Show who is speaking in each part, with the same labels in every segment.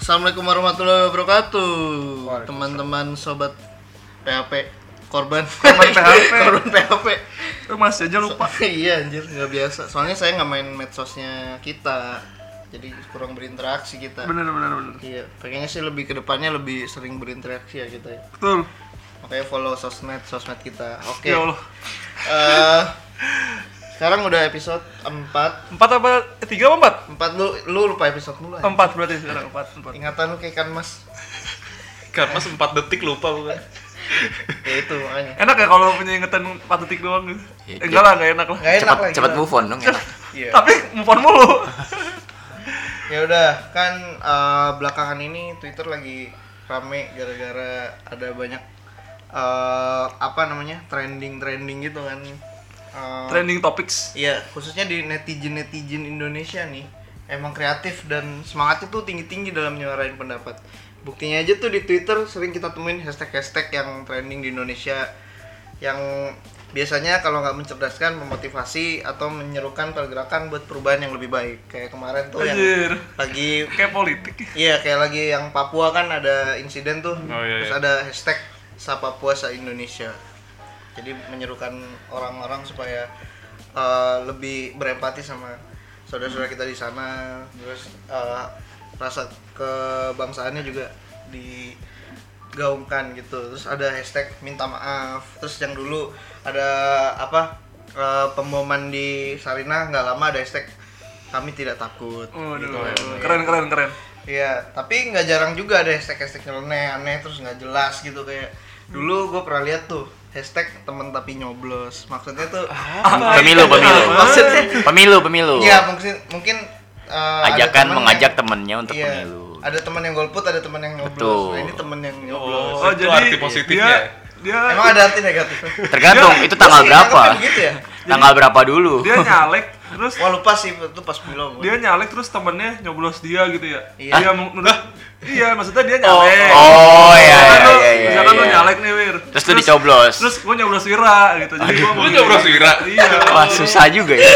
Speaker 1: Assalamualaikum warahmatullahi wabarakatuh
Speaker 2: Waalaikumsalam.
Speaker 1: Teman-teman sobat PHP Korban
Speaker 2: Korban PHP.
Speaker 1: Korban PHP
Speaker 2: Lu masih aja lupa.
Speaker 1: Iya anjir nggak biasa Soalnya saya nggak main medsosnya kita Jadi kurang berinteraksi kita
Speaker 2: Bener bener bener.
Speaker 1: Iya pengennya sih lebih ke depannya lebih sering berinteraksi ya kita ya
Speaker 2: Betul.
Speaker 1: Makanya follow sosmed sosmed kita Oke
Speaker 2: Ya Allah.
Speaker 1: Eh, Sekarang udah episode 4
Speaker 2: Empat apa Eh, tiga apa empat?
Speaker 1: 4 lu, lu lupa episode mulu anjir.
Speaker 2: Empat berarti sekarang empat empat.
Speaker 1: Ingatan lu kayak kan mas
Speaker 3: Karena sempat detik lupa bukan?
Speaker 1: Ya itu makanya
Speaker 2: Enak ya kalau punya ingetan empat detik doang
Speaker 3: Ya,
Speaker 2: gitu.
Speaker 4: Iya,
Speaker 2: Eh, enggak lah enggak enak lah.
Speaker 1: Nggak enak gitu.
Speaker 4: cepat
Speaker 1: lagi
Speaker 4: cepat move on dong ya. enak.
Speaker 1: Iya.
Speaker 2: Tapi move on mulu.
Speaker 1: ya udah kan eh, belakangan ini Twitter lagi rame gara-gara ada banyak eh, apa namanya trending trending gitu kan Eh,
Speaker 2: Trending topics.
Speaker 1: Iya, khususnya di netizen-netizen Indonesia nih emang kreatif dan semangatnya tuh tinggi-tinggi dalam menyuarain pendapat. Buktinya aja tuh di Twitter sering kita temuin hashtag-hashtag yang trending di Indonesia yang biasanya kalau nggak mencerdaskan memotivasi atau menyerukan pergerakan buat perubahan yang lebih baik. Kayak kemarin tuh yang
Speaker 2: Anjir.
Speaker 1: lagi
Speaker 2: Kayak politik.
Speaker 1: Iya kayak lagi yang Papua kan ada insiden tuh
Speaker 3: Oh, iya,
Speaker 1: terus
Speaker 3: iya.
Speaker 1: ada hashtag sa Papua sa Indonesia jadi menyerukan orang-orang supaya eh, lebih berempati sama saudara-saudara kita di sana terus eh, rasa kebangsaannya juga digaungkan gitu terus ada hashtag minta maaf terus yang dulu ada apa eh, pemboman di Sarinah nggak lama ada hashtag kami tidak takut
Speaker 2: Waduh.
Speaker 1: gitu
Speaker 3: ya.
Speaker 1: kan.
Speaker 2: Keren keren keren.
Speaker 1: Iya, tapi nggak jarang juga ada hashtag-hashtag yang aneh-aneh terus nggak jelas gitu kayak dulu gue pernah lihat tuh hashtag temen tapi nyoblos maksudnya tuh
Speaker 4: Ah. Pemilu pemilu.
Speaker 1: maksudnya
Speaker 4: Pemilu pemilu.
Speaker 1: ya mungkin mungkin eh, ada
Speaker 4: Ajakan
Speaker 1: temen
Speaker 4: mengajak
Speaker 1: yang-
Speaker 4: temennya untuk
Speaker 1: iya,
Speaker 4: pemilu.
Speaker 1: ada temen yang golput ada temen yang nyoblos
Speaker 4: Betul.
Speaker 1: Nah, ini temen yang nyoblos
Speaker 3: Oh, itu arti positifnya
Speaker 2: dia,
Speaker 3: ya?
Speaker 2: dia
Speaker 1: emang ada arti negatif
Speaker 4: Tergantung itu tanggal berapa.
Speaker 1: Iya, gitu ya
Speaker 4: Tanggal berapa dulu?
Speaker 2: dia nyalek terus
Speaker 1: wah lupa sih itu pas belum
Speaker 2: dia nyalek terus temennya nyoblos dia gitu ya
Speaker 1: Iya.
Speaker 2: dia mau iya maksudnya dia nyalek
Speaker 4: Oh, iya,
Speaker 2: Misalkan
Speaker 4: iya,
Speaker 2: lu-
Speaker 4: iya, iya,
Speaker 2: misalkan lu
Speaker 4: iya.
Speaker 2: nyalek nih wir
Speaker 4: Terus lu dicoblos.
Speaker 2: terus gue nyoblos Wira gitu jadi gue
Speaker 3: Lu nyoblos Wira?
Speaker 2: iya
Speaker 4: Wah susah juga ya.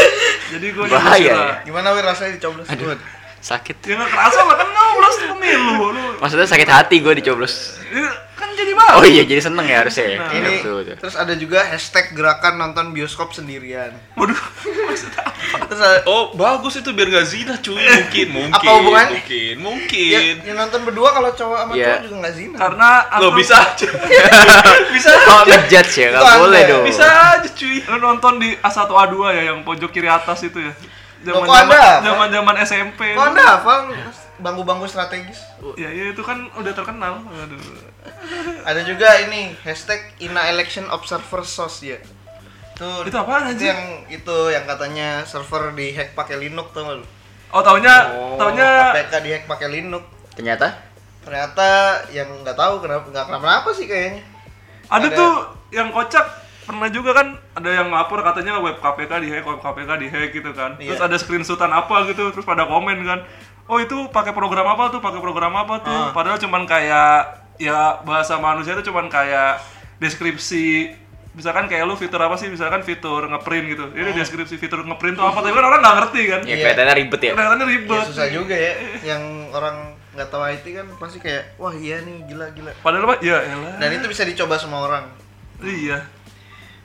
Speaker 2: jadi gue
Speaker 4: Bahaya
Speaker 2: nyoblos Wira
Speaker 4: ya.
Speaker 1: gimana wir rasanya dicoblos Good.
Speaker 4: Sakit.
Speaker 2: ya nggak kerasa lah kan nyoblos pemilu lu
Speaker 4: Maksudnya sakit hati gue dicoblos.
Speaker 2: Ini kan jadi banget
Speaker 4: Oh iya jadi seneng ya harusnya. ya. Iya,
Speaker 1: ini
Speaker 4: betul, betul.
Speaker 1: terus ada juga hashtag gerakan nonton bioskop sendirian
Speaker 2: waduh
Speaker 1: terus ada-
Speaker 3: Oh bagus itu biar gak zina cuy mungkin mungkin
Speaker 1: Apa hubungannya?
Speaker 3: mungkin
Speaker 1: Ya,
Speaker 3: mungkin
Speaker 1: yang nonton berdua kalau cowok sama
Speaker 4: Iya.
Speaker 1: cowok juga nggak zina.
Speaker 2: Iya. karena
Speaker 3: lo
Speaker 2: apa-
Speaker 3: bisa aja bisa
Speaker 4: Kalau ngejudge ya nggak
Speaker 1: Itu
Speaker 4: boleh
Speaker 1: aneh.
Speaker 4: dong.
Speaker 3: bisa aja cuy
Speaker 2: lu nonton di A1 A2 ya yang pojok kiri atas itu ya
Speaker 1: Loh, kok ada?
Speaker 2: zaman zaman SMP
Speaker 1: Kok anda hafal bangku-bangku strategis?
Speaker 2: ya, ya itu kan udah terkenal aduh
Speaker 1: Ada juga ini hashtag Ina Election Observer Sos ya. Tuh,
Speaker 2: Itu apaan,
Speaker 1: itu
Speaker 2: anjing?
Speaker 1: Yang itu yang katanya server dihack pakai Linux tuh lu. Oh,
Speaker 2: oh taunya taunya
Speaker 1: KPK dihack pakai Linux.
Speaker 4: Ternyata
Speaker 1: Ternyata yang nggak tahu kenapa nggak kenapa apa sih kayaknya.
Speaker 2: ada,
Speaker 1: Ada-
Speaker 2: tuh yang kocak pernah juga kan ada yang lapor katanya web KPK dihack web KPK dihack gitu kan terus
Speaker 1: Iya.
Speaker 2: ada screenshotan apa gitu terus pada komen kan oh itu pakai program apa tuh pakai program apa tuh
Speaker 1: Ah.
Speaker 2: padahal cuman kayak ya bahasa manusia itu cuman kayak deskripsi misalkan kayak lu fitur apa sih misalkan fitur ngeprint gitu ini
Speaker 1: Ah.
Speaker 2: deskripsi fitur ngeprint tuh apa tapi kan orang nggak ngerti kan
Speaker 1: Iya.
Speaker 4: ya kelihatannya ribet ya.
Speaker 2: kelihatannya
Speaker 1: Ya,
Speaker 2: ribet
Speaker 1: susah juga ya. Yang orang nggak tahu IT kan pasti kayak wah iya nih gila-gila.
Speaker 2: padahal mah ya elah
Speaker 1: Dan itu bisa dicoba semua orang.
Speaker 2: iya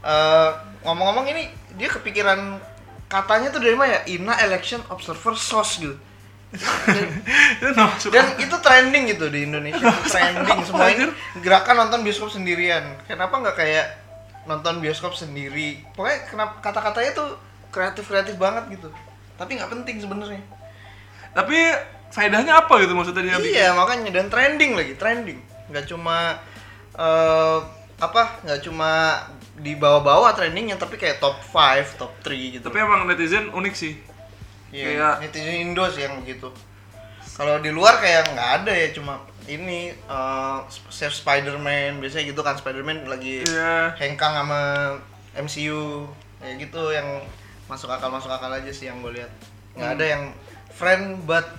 Speaker 1: Eh, ngomong-ngomong ini dia kepikiran katanya tuh dari mana ya Ina Election Observer Source gitu
Speaker 2: itu nggak masuk
Speaker 1: dan itu trending gitu di Indonesia trending semua ini gerakan nonton bioskop sendirian kenapa nggak kayak nonton bioskop sendiri pokoknya kenapa kata-katanya tuh kreatif kreatif banget gitu tapi nggak penting sebenarnya
Speaker 2: tapi faedahnya apa gitu maksudnya dia bikin?
Speaker 1: iya makanya dan trending lagi trending nggak cuma eh, apa nggak cuma di bawah-bawah trendingnya tapi kayak top 5, top 3 gitu
Speaker 2: tapi emang netizen unik sih
Speaker 1: Iya,
Speaker 2: Kayak-
Speaker 1: netizen Indo sih yang begitu. Kalau di luar kayak nggak ada ya cuma ini eh, Save Spider-Man biasanya gitu kan Spider-Man lagi
Speaker 2: Iya.
Speaker 1: hengkang sama MCU kayak gitu yang
Speaker 2: Hmm.
Speaker 1: masuk akal masuk akal aja sih yang gue lihat. Nggak ada yang friend but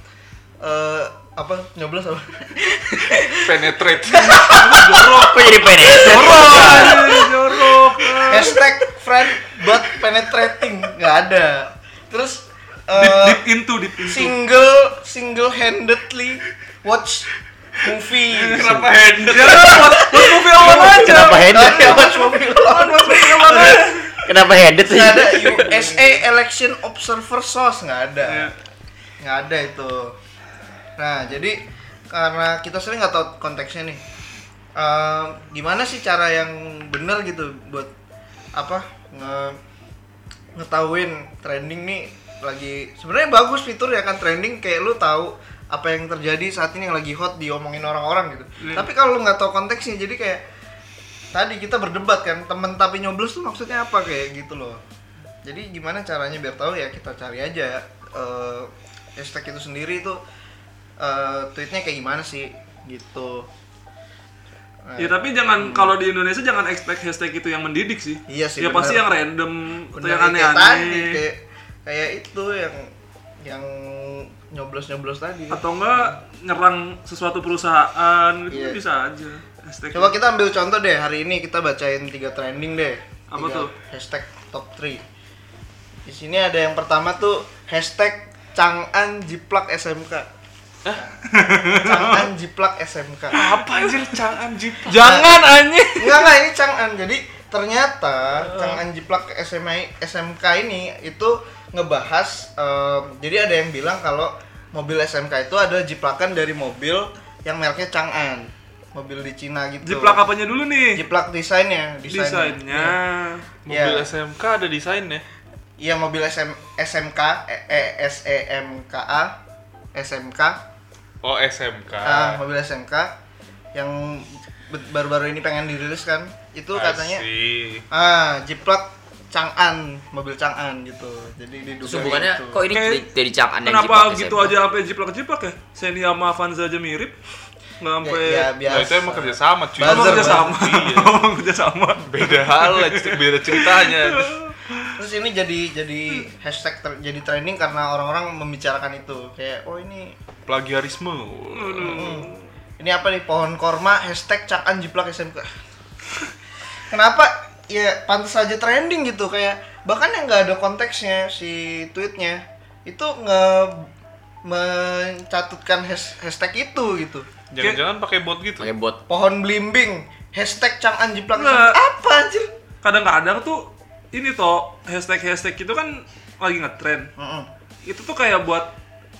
Speaker 1: eh, apa nyoblos apa?
Speaker 3: penetrate
Speaker 4: jorok kok jadi pendek
Speaker 2: jorok anjir, Iya. jorok
Speaker 1: Iya. Hashtag friend but penetrating nggak ada. Terus
Speaker 2: deep,
Speaker 1: eh,
Speaker 2: deep into deep into
Speaker 1: single single handedly watch movie.
Speaker 3: kenapa handle
Speaker 2: ya kan buat buat movie awan aja
Speaker 4: kenapa headed
Speaker 1: Kenapa watch movie?
Speaker 2: Buat movie awan
Speaker 1: Iya.
Speaker 2: aja
Speaker 4: kenapa headed sih
Speaker 1: Nggak ada USA Election Observer Source nggak ada. nggak ada itu nah jadi karena kita sering nggak tahu konteksnya nih Ehm, gimana sih cara yang bener gitu buat apa nge ngetahuin trending nih lagi sebenarnya bagus fitur ya kan trending kayak lu tahu apa yang terjadi saat ini yang lagi hot diomongin orang-orang gitu tapi kalau lu nggak tahu konteksnya jadi kayak tadi kita berdebat kan temen tapi nyoblos tuh maksudnya apa kayak gitu loh jadi gimana caranya biar tahu ya kita cari aja eh, hashtag itu sendiri itu eh, tweetnya kayak gimana sih gitu Nah,
Speaker 2: Ya tapi jangan kalau di Indonesia jangan expect hashtag itu yang mendidik sih.
Speaker 1: Iya sih,
Speaker 2: Ya
Speaker 1: benar.
Speaker 2: pasti yang random, atau
Speaker 1: bener
Speaker 2: yang
Speaker 1: kayak tadi,
Speaker 2: aneh-aneh.
Speaker 1: kayak kayak itu yang yang nyoblos nyoblos tadi
Speaker 2: Atau enggak nyerang sesuatu perusahaan
Speaker 1: Iya.
Speaker 2: gitu bisa aja. Hashtag.
Speaker 1: coba kita ambil contoh deh hari ini kita bacain tiga trending deh
Speaker 2: Apa
Speaker 1: Tiga
Speaker 2: tuh?
Speaker 1: hashtag top 3 di sini ada yang pertama tuh hashtag Chang'an jiplak SMK Chang'an jiplak SMK
Speaker 3: apa anjir cangan jiplak
Speaker 1: Jangan anjing. Enggak enggak ini Chang'an. Jadi ternyata Chang'an Jiplak SMA SMK ini itu ngebahas em, jadi ada yang bilang kalau mobil SMK itu ada jiplakan dari mobil yang mereknya Chang'an. Mobil di Cina gitu.
Speaker 2: Jiplak apanya dulu nih?
Speaker 1: Jiplak desainnya,
Speaker 2: Desainnya.
Speaker 1: Iya.
Speaker 3: mobil SMK ada desainnya
Speaker 1: Iya mobil SM, SMK E- E S E M K A SMK
Speaker 3: oh SMK
Speaker 1: ah, mobil SMK yang be- baru-baru ini pengen dirilis kan itu katanya
Speaker 3: Asik.
Speaker 1: Ah, jiplak Chang'an, mobil Chang'an gitu. Jadi diduga
Speaker 4: hubungannya
Speaker 1: gitu.
Speaker 4: kok ini
Speaker 2: Kayak-
Speaker 4: jadi- jadi cangkan yang
Speaker 2: Kenapa
Speaker 4: jiplak
Speaker 2: gitu
Speaker 4: SMA?
Speaker 2: aja sampai jiplak-jiplak ya? Seni sama Avanza aja mirip.
Speaker 1: ya,
Speaker 2: Enggak sampai
Speaker 1: ya,
Speaker 3: Nah,
Speaker 1: biasa.
Speaker 3: itu emang kerjasama cuy
Speaker 2: Emang
Speaker 1: Buzzer,
Speaker 2: kerja sama.
Speaker 3: Iya.
Speaker 2: Emang kerja sama.
Speaker 3: beda hal beda ceritanya
Speaker 1: Terus ini jadi jadi hashtag ter- jadi trending karena orang-orang membicarakan itu. Kayak oh ini
Speaker 3: plagiarisme
Speaker 1: ini apa nih pohon korma hashtag Chang'an jiplak SMK. Kenapa ya pantas aja trending gitu kayak bahkan yang nggak ada konteksnya si tweetnya itu nge mencatutkan has- hashtag itu gitu.
Speaker 3: jangan-jangan pakai bot gitu
Speaker 4: pakai bot
Speaker 1: Pohon belimbing hashtag Chang'an jiplak SMK.
Speaker 2: Nggak.
Speaker 1: Apa anjir?
Speaker 2: Kadang-kadang tuh ini toh hashtag-hashtag itu kan lagi ngetrend.
Speaker 1: Mm-mm.
Speaker 2: itu tuh kayak buat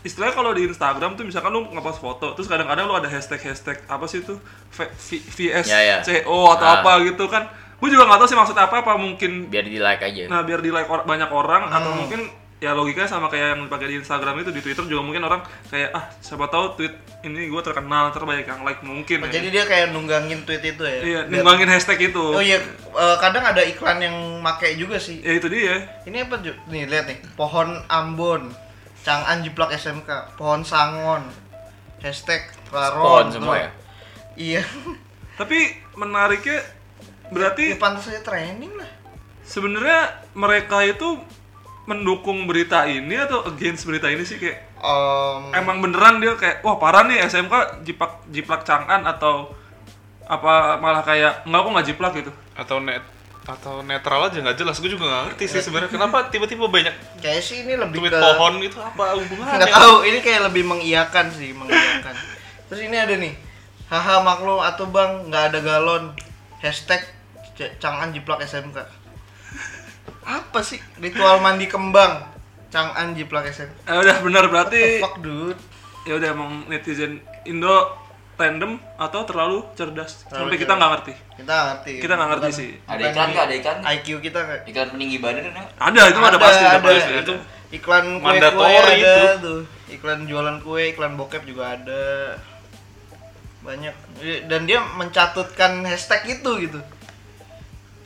Speaker 2: istilahnya kalau di Instagram tuh misalkan lu ngepost foto terus kadang-kadang lu ada hashtag hashtag apa sih itu V- V- VSCO
Speaker 4: Ya, ya.
Speaker 2: atau
Speaker 4: Ah.
Speaker 2: apa gitu kan gue juga nggak tahu sih maksud apa apa mungkin
Speaker 4: biar di like
Speaker 1: Iya.
Speaker 4: aja
Speaker 2: nah biar di like or- banyak orang atau mungkin ya logikanya sama kayak yang dipakai di Instagram itu di Twitter juga mungkin orang kayak ah siapa tahu tweet ini gue terkenal terbanyak yang like mungkin
Speaker 1: Oh,
Speaker 2: ya.
Speaker 1: jadi dia kayak nunggangin tweet itu ya?
Speaker 2: iya
Speaker 1: Biar-
Speaker 2: nimbangin hashtag itu
Speaker 1: Oh iya, eh, kadang ada iklan yang make juga sih.
Speaker 2: ya itu dia
Speaker 1: Ini apa Ju? Nih lihat nih, pohon Ambon, Chang'an jiplak SMK, pohon Sangon, hashtag Raron.
Speaker 4: Spawn semua
Speaker 1: tuh.
Speaker 4: ya?
Speaker 1: Iya.
Speaker 2: tapi menariknya berarti
Speaker 1: Di pantas aja training lah.
Speaker 2: sebenarnya mereka itu mendukung berita ini atau against berita ini sih kayak
Speaker 1: Em,
Speaker 2: emang beneran dia kayak wah parah nih SMK jiplak jiplak cangkan atau apa malah kayak enggak kok nggak jiplak gitu
Speaker 3: atau net atau netral aja nggak jelas gue juga nggak ngerti sih sebenarnya kenapa tiba-tiba banyak
Speaker 1: kayaknya sih ini lebih
Speaker 3: tweet
Speaker 1: ke
Speaker 3: pohon itu apa
Speaker 1: nggak
Speaker 3: hubungannya
Speaker 1: tahu. Ini kayak lebih mengiyakan sih, mengiyakan. Terus ini ada nih, haha maklum atau bang nggak ada galon, hashtag C- Chang'an jiplak SMK. Apa sih ritual mandi kembang? Chang'an jiplak SMK.
Speaker 2: ya udah bener berarti
Speaker 1: The fuck dude.
Speaker 2: ya udah emang netizen Indo random atau terlalu cerdas sampai kita nggak ngerti
Speaker 1: Kita nggak ngerti.
Speaker 2: kita nggak ngerti sih
Speaker 1: Ada
Speaker 4: iklan nggak? Ada iklan?
Speaker 1: IQ kita nggak.
Speaker 4: iklan peninggi badan kan
Speaker 2: ada itu ada, pasti ada,
Speaker 1: ada,
Speaker 2: pasti
Speaker 1: itu
Speaker 2: itu
Speaker 1: iklan kue kue
Speaker 3: Mandatory
Speaker 1: ada
Speaker 3: itu.
Speaker 1: tuh. Iklan jualan kue, iklan bokep juga ada. Banyak. Iya, Dan dia mencatutkan hashtag itu gitu.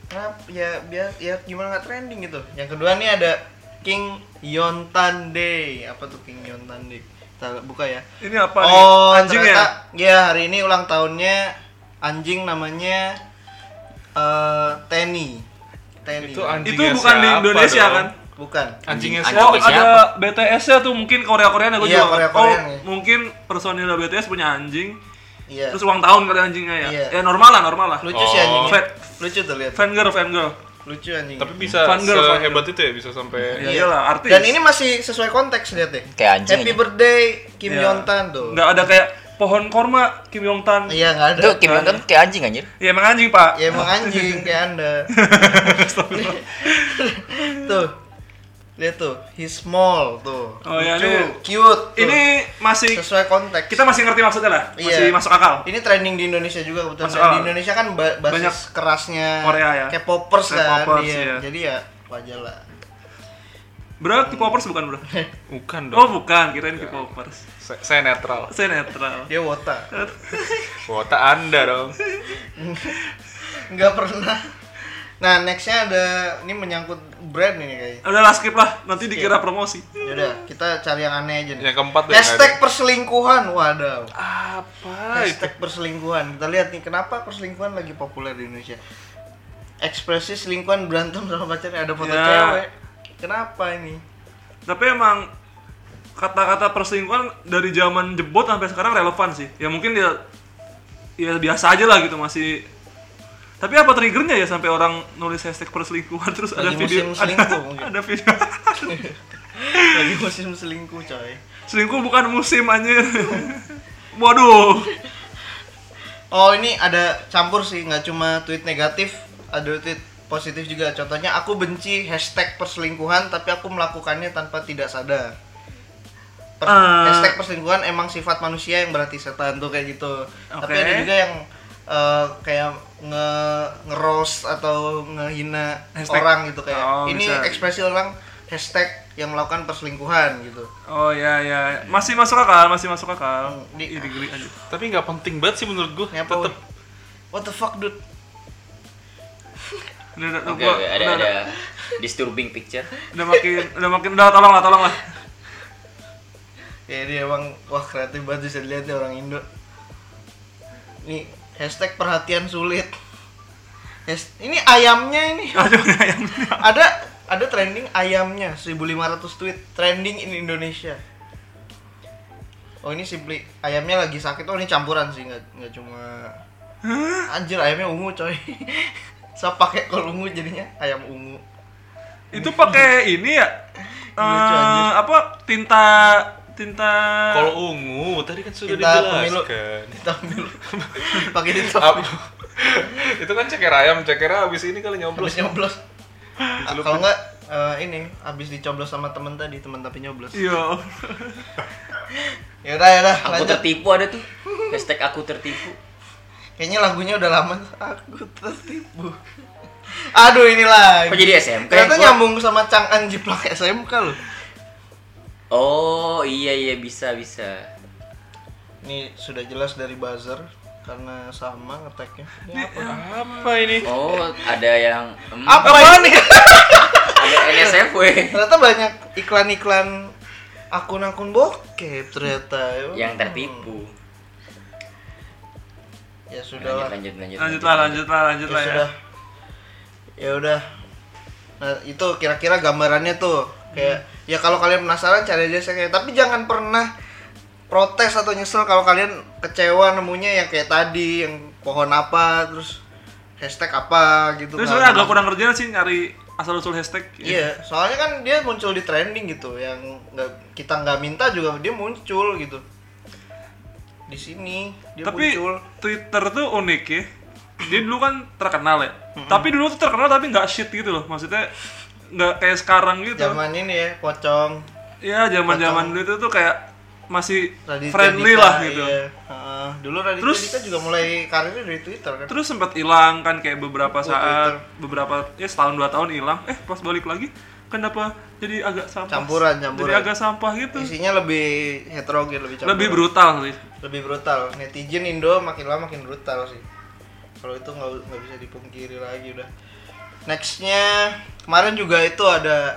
Speaker 1: Kenapa ya biar ya gimana nggak trending gitu. Yang kedua nih ada King Yontan Day. Apa tuh King Yontan Day? Kita buka ya.
Speaker 2: ini apa
Speaker 1: oh,
Speaker 2: nih anjing ya
Speaker 1: ternyata- Iya, hari ini ulang tahunnya anjing namanya eh Tenny. Tenny.
Speaker 3: Itu anjing.
Speaker 2: itu
Speaker 3: Anjingnya
Speaker 2: bukan di
Speaker 3: siapa
Speaker 2: Indonesia
Speaker 3: dong?
Speaker 2: kan
Speaker 1: Bukan.
Speaker 3: Anjingnya
Speaker 4: Anjing-
Speaker 2: Oh
Speaker 3: siapa?
Speaker 4: anjing. Siapa?
Speaker 2: ada BTS-nya tuh mungkin Korea-Korean ya
Speaker 1: Iya,
Speaker 2: gue juga nggak-
Speaker 1: Korea-Korean
Speaker 2: Oh
Speaker 1: ya.
Speaker 2: mungkin personil BTS punya anjing
Speaker 1: Iya.
Speaker 2: Terus Oh, ulang tahun kali anjingnya ya
Speaker 1: Iya.
Speaker 2: Ya normal lah normal lah
Speaker 1: lucu sih anjingnya.
Speaker 2: Fat.
Speaker 1: Lucu tuh lihat.
Speaker 2: Fangirl fangirl
Speaker 1: Lucu anjingnya.
Speaker 3: Tapi bisa
Speaker 2: Fun girl, fun
Speaker 3: sehebat itu ya bisa sampai
Speaker 2: Iya iyalah artis
Speaker 1: Dan ini masih sesuai konteks lihat deh.
Speaker 4: Kayak anjing
Speaker 1: Happy
Speaker 4: aja.
Speaker 1: birthday Kim
Speaker 2: Iya.
Speaker 1: Jong Tan tuh.
Speaker 2: Nggak ada kayak pohon korma Kim Yong Tan
Speaker 1: Iya nggak ada.
Speaker 4: Itu Kim Jong Un kayak anjing anjir.
Speaker 2: Ya emang anjing pak
Speaker 1: Ya emang anjing kayak anda. tuh. Lihat tuh, he's small tuh.
Speaker 2: Oh, iya,
Speaker 1: Lucu,
Speaker 2: ini-
Speaker 1: cute. tuh.
Speaker 2: Ini masih
Speaker 1: sesuai konteks.
Speaker 2: Kita masih ngerti maksudnya lah Masih
Speaker 1: Iya.
Speaker 2: masuk akal
Speaker 1: Ini trending di Indonesia juga kebetulan.
Speaker 2: Masuk akal.
Speaker 1: Di Indonesia kan ba- basis
Speaker 2: ah, Banyak
Speaker 1: kerasnya
Speaker 2: Korea ya.
Speaker 1: K-popers kan.
Speaker 2: K-popers,
Speaker 1: iya.
Speaker 2: iya.
Speaker 1: Jadi ya wajar lah.
Speaker 2: Bro, K-popers bukan bro?
Speaker 3: bukan
Speaker 2: Oh
Speaker 3: dong.
Speaker 2: bukan, kirain K-popers
Speaker 3: Saya, saya netral.
Speaker 2: Saya netral
Speaker 1: Dia wota.
Speaker 3: Kuota Anda dong.
Speaker 1: Nggak pernah. Nah, nextnya ada ini menyangkut brand ini kayaknya.
Speaker 2: Udah lah skip lah, nanti dikira promosi
Speaker 1: Yaudah, kita cari yang aneh aja nih.
Speaker 3: Yang keempat deh,
Speaker 1: Hashtag perselingkuhan, waduh.
Speaker 3: Apa itu?
Speaker 1: Hashtag perselingkuhan. Kita lihat nih kenapa perselingkuhan lagi populer di Indonesia. Ekspresi selingkuhan berantem sama pacarnya ada foto
Speaker 2: Ya.
Speaker 1: cewek. Kenapa ini?
Speaker 2: Tapi emang kata-kata perselingkuhan dari zaman jebot sampai sekarang relevan sih. Ya mungkin dia ya biasa aja lah gitu masih. Tapi apa triggernya ya sampai orang nulis hashtag perselingkuhan terus ada
Speaker 1: Lagi
Speaker 2: video
Speaker 1: musim
Speaker 2: ada,
Speaker 1: selingkuh mungkin.
Speaker 2: ada video
Speaker 1: Lagi musim selingkuh, coy.
Speaker 2: selingkuh bukan musim anjir. Waduh.
Speaker 1: Oh, ini ada campur sih, nggak cuma tweet negatif, ada tweet positif juga. Contohnya aku benci hashtag perselingkuhan tapi aku melakukannya tanpa tidak sadar. Per-
Speaker 2: Ah.
Speaker 1: Hashtag perselingkuhan emang sifat manusia yang berarti setan tuh kayak gitu. Tapi
Speaker 2: Oke.
Speaker 1: ada juga yang eh, kayak nge ngeros atau ngehina
Speaker 2: Hashtag.
Speaker 1: orang gitu kayak
Speaker 2: Oh,
Speaker 1: ini
Speaker 2: bisa.
Speaker 1: ekspresi orang hashtag yang melakukan perselingkuhan gitu.
Speaker 2: Oh ya ya, masih masuk akal, masih masuk akal.
Speaker 1: Hmm, di-
Speaker 2: Di geli anjir.
Speaker 3: Tapi nggak penting banget sih menurut gua.
Speaker 1: Ngapa,
Speaker 3: Tetep
Speaker 1: woy? What the fuck dude?
Speaker 2: Udah, udah,
Speaker 4: Oke,
Speaker 2: gua-
Speaker 4: oke, ada
Speaker 2: udah,
Speaker 4: ada disturbing picture.
Speaker 2: udah makin udah makin udah tolong lah, tolong lah.
Speaker 1: Ya ini emang wah kreatif banget bisa dilihat nih orang Indo. Nih hashtag perhatian sulit. Has- ini ayamnya ini.
Speaker 2: Aduh, ayamnya.
Speaker 1: ada ada trending ayamnya 1500 tweet trending in Indonesia. Oh ini simply ayamnya lagi sakit. Oh ini campuran sih nggak nggak cuma anjir ayamnya ungu coy. Saya pakai kol ungu jadinya ayam ungu.
Speaker 2: itu pakai ini ya
Speaker 1: Lucu
Speaker 2: eh
Speaker 1: Iya, anjir.
Speaker 2: apa tinta tinta
Speaker 3: kalau ungu tadi kan sudah
Speaker 1: Kita pemilu
Speaker 3: dijelaskan.
Speaker 1: ditampil pakai ditampil.
Speaker 3: Apa? itu kan ceker ayam, cekernya abis ini kali
Speaker 1: Habis
Speaker 3: nyoblos.
Speaker 1: nyoblos. Ah, Kalau enggak eh, ini habis dicoblos sama temen tadi, temen tapi nyoblos.
Speaker 2: iya
Speaker 1: Ya udah ya udah
Speaker 4: Aku
Speaker 1: lanjut.
Speaker 4: tertipu ada tuh. Hashtag aku tertipu.
Speaker 1: Kayaknya lagunya udah lama. Aku tertipu. Aduh ini lagi.
Speaker 4: Kok jadi SMK?
Speaker 1: Ternyata
Speaker 4: Gua-
Speaker 1: nyambung sama Cang Anji Plak SMK loh.
Speaker 4: Oh, iya iya bisa bisa.
Speaker 1: Ini sudah jelas dari buzzer karena sama ngeteknya. Ini apa?
Speaker 3: Apa ini?
Speaker 4: Oh, ada yang hmm,
Speaker 1: Apa, ini?
Speaker 4: Ada NSF weh.
Speaker 1: ternyata banyak iklan-iklan akun-akun bokep ternyata. Hmm.
Speaker 4: Yang tertipu.
Speaker 1: Ya sudahlah.
Speaker 4: Lanjut lanjut lanjut.
Speaker 2: lanjutlah lanjutlah lanjutlah
Speaker 1: ya
Speaker 2: ya
Speaker 1: sudah ya udah nah itu kira-kira gambarannya tuh kayak
Speaker 2: Hmm.
Speaker 1: ya kalau kalian penasaran cari aja saya kayak tapi jangan pernah protes atau nyesel kalau kalian kecewa nemunya yang kayak tadi yang pohon apa terus hashtag apa gitu
Speaker 2: terus
Speaker 1: kan.
Speaker 2: sebenarnya agak kurang gitu. kerjaan sih nyari asal usul hashtag
Speaker 1: iya soalnya kan dia muncul di trending gitu yang nggak kita nggak minta juga dia muncul gitu di sini dia
Speaker 2: tapi
Speaker 1: muncul
Speaker 2: Twitter tuh unik ya dia dulu kan terkenal ya tapi dulu tuh terkenal tapi nggak shit gitu loh maksudnya nggak kayak sekarang gitu
Speaker 1: zaman ini ya pocong
Speaker 2: ya zaman zaman dulu itu tuh kayak masih
Speaker 1: Raditya
Speaker 2: friendly
Speaker 1: Dika,
Speaker 2: lah gitu
Speaker 1: iya. Heeh. dulu Raditya
Speaker 2: Terus-
Speaker 1: Dika juga mulai karirnya dari Twitter kan.
Speaker 2: terus sempat hilang kan kayak
Speaker 1: Oh,
Speaker 2: beberapa saat beberapa ya setahun dua tahun hilang eh pas balik lagi kenapa jadi agak sampah
Speaker 1: Campuran, campuran.
Speaker 2: jadi agak sampah gitu
Speaker 1: Isinya lebih heterogen, lebih campur.
Speaker 2: lebih brutal sih
Speaker 1: Lebih brutal. Netizen Indo makin lama makin brutal sih. Kalau itu nggak nggak bisa dipungkiri lagi udah. Nextnya kemarin juga itu ada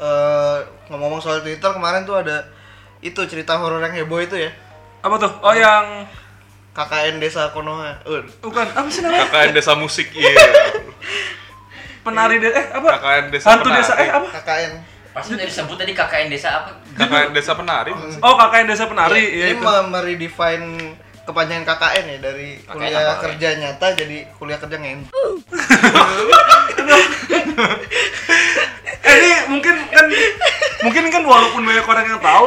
Speaker 1: eh, ngomong-ngomong soal Twitter kemarin tuh ada itu cerita horor yang heboh itu ya
Speaker 2: apa tuh oh yang
Speaker 1: KKN Desa Konoha. Uh,
Speaker 2: bukan apa sih namanya
Speaker 3: Kakak desa musik iya.
Speaker 2: penari desa eh apa
Speaker 3: KKN Desa
Speaker 2: hantu
Speaker 3: Penari.
Speaker 2: desa eh apa
Speaker 1: KKN.
Speaker 4: Pasti udah disebut tadi KKN desa apa?
Speaker 3: KKN desa penari
Speaker 2: oh kakaknya desa penari
Speaker 5: iya
Speaker 2: ya,
Speaker 1: Iya, Ini
Speaker 2: itu
Speaker 1: me- meredefine kepanjangan KKN ya dari kuliah
Speaker 4: apa?
Speaker 1: kerja nyata jadi kuliah kerja ngen.
Speaker 2: eh ini mungkin kan mungkin kan walaupun banyak orang yang tahu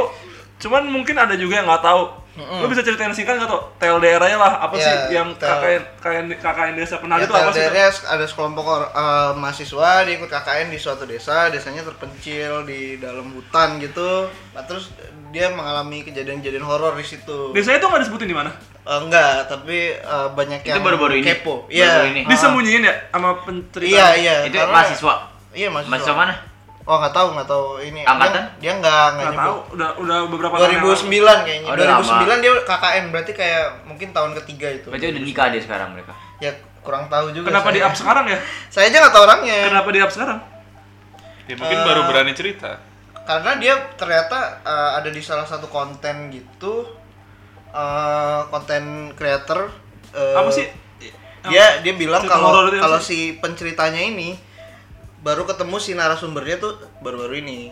Speaker 2: cuman mungkin ada juga yang nggak tahu lo bisa ceritain singkat nggak tuh TLDR nya lah apa
Speaker 1: Iya,
Speaker 2: sih yang
Speaker 1: tel-
Speaker 2: KKN KKN KKN desa
Speaker 5: Nah,
Speaker 1: Ya,
Speaker 2: penari itu apa sih
Speaker 1: TLDR-nya ada sekelompok or- eh, mahasiswa diikut KKN di suatu desa, desanya terpencil di dalam hutan gitu. Nah, terus dia mengalami kejadian-kejadian horor di situ.
Speaker 2: desa itu nggak disebutin di mana
Speaker 1: Eh, enggak, tapi eh, banyak
Speaker 5: Itu
Speaker 1: yang
Speaker 5: baru-baru ini?
Speaker 1: kepo.
Speaker 5: Baru-baru ini?
Speaker 1: Iya.
Speaker 2: disembunyiin ya sama pencerita
Speaker 1: Iya, iya.
Speaker 5: Itu
Speaker 1: karena-
Speaker 5: mahasiswa.
Speaker 1: Iya, mahasiswa.
Speaker 5: Mahasiswa mana?
Speaker 1: Oh, enggak tahu, enggak tahu ini.
Speaker 5: Angkatan?
Speaker 1: Dia, dia enggak enggak
Speaker 2: nggak
Speaker 1: nyebut.
Speaker 2: tahu udah udah beberapa tahun yang lalu.
Speaker 1: 2009 kayaknya.
Speaker 5: Oh, udah
Speaker 1: 2009
Speaker 5: lama.
Speaker 1: dia KKN berarti kayak mungkin tahun ketiga itu.
Speaker 5: Berarti udah nikah dia sekarang mereka.
Speaker 1: Ya kurang tahu juga.
Speaker 2: kenapa
Speaker 1: saya.
Speaker 2: di up sekarang ya
Speaker 1: Saya aja nggak tahu orangnya.
Speaker 2: kenapa di up sekarang
Speaker 3: ya mungkin baru berani cerita
Speaker 1: Karena dia ternyata uh, ada di salah satu konten gitu eh, konten creator eh,
Speaker 2: apa sih
Speaker 1: Dia dia bilang
Speaker 2: Cerita
Speaker 1: kalau
Speaker 2: horor itu apa
Speaker 1: kalau si penceritanya ini baru ketemu si narasumbernya tuh baru-baru ini.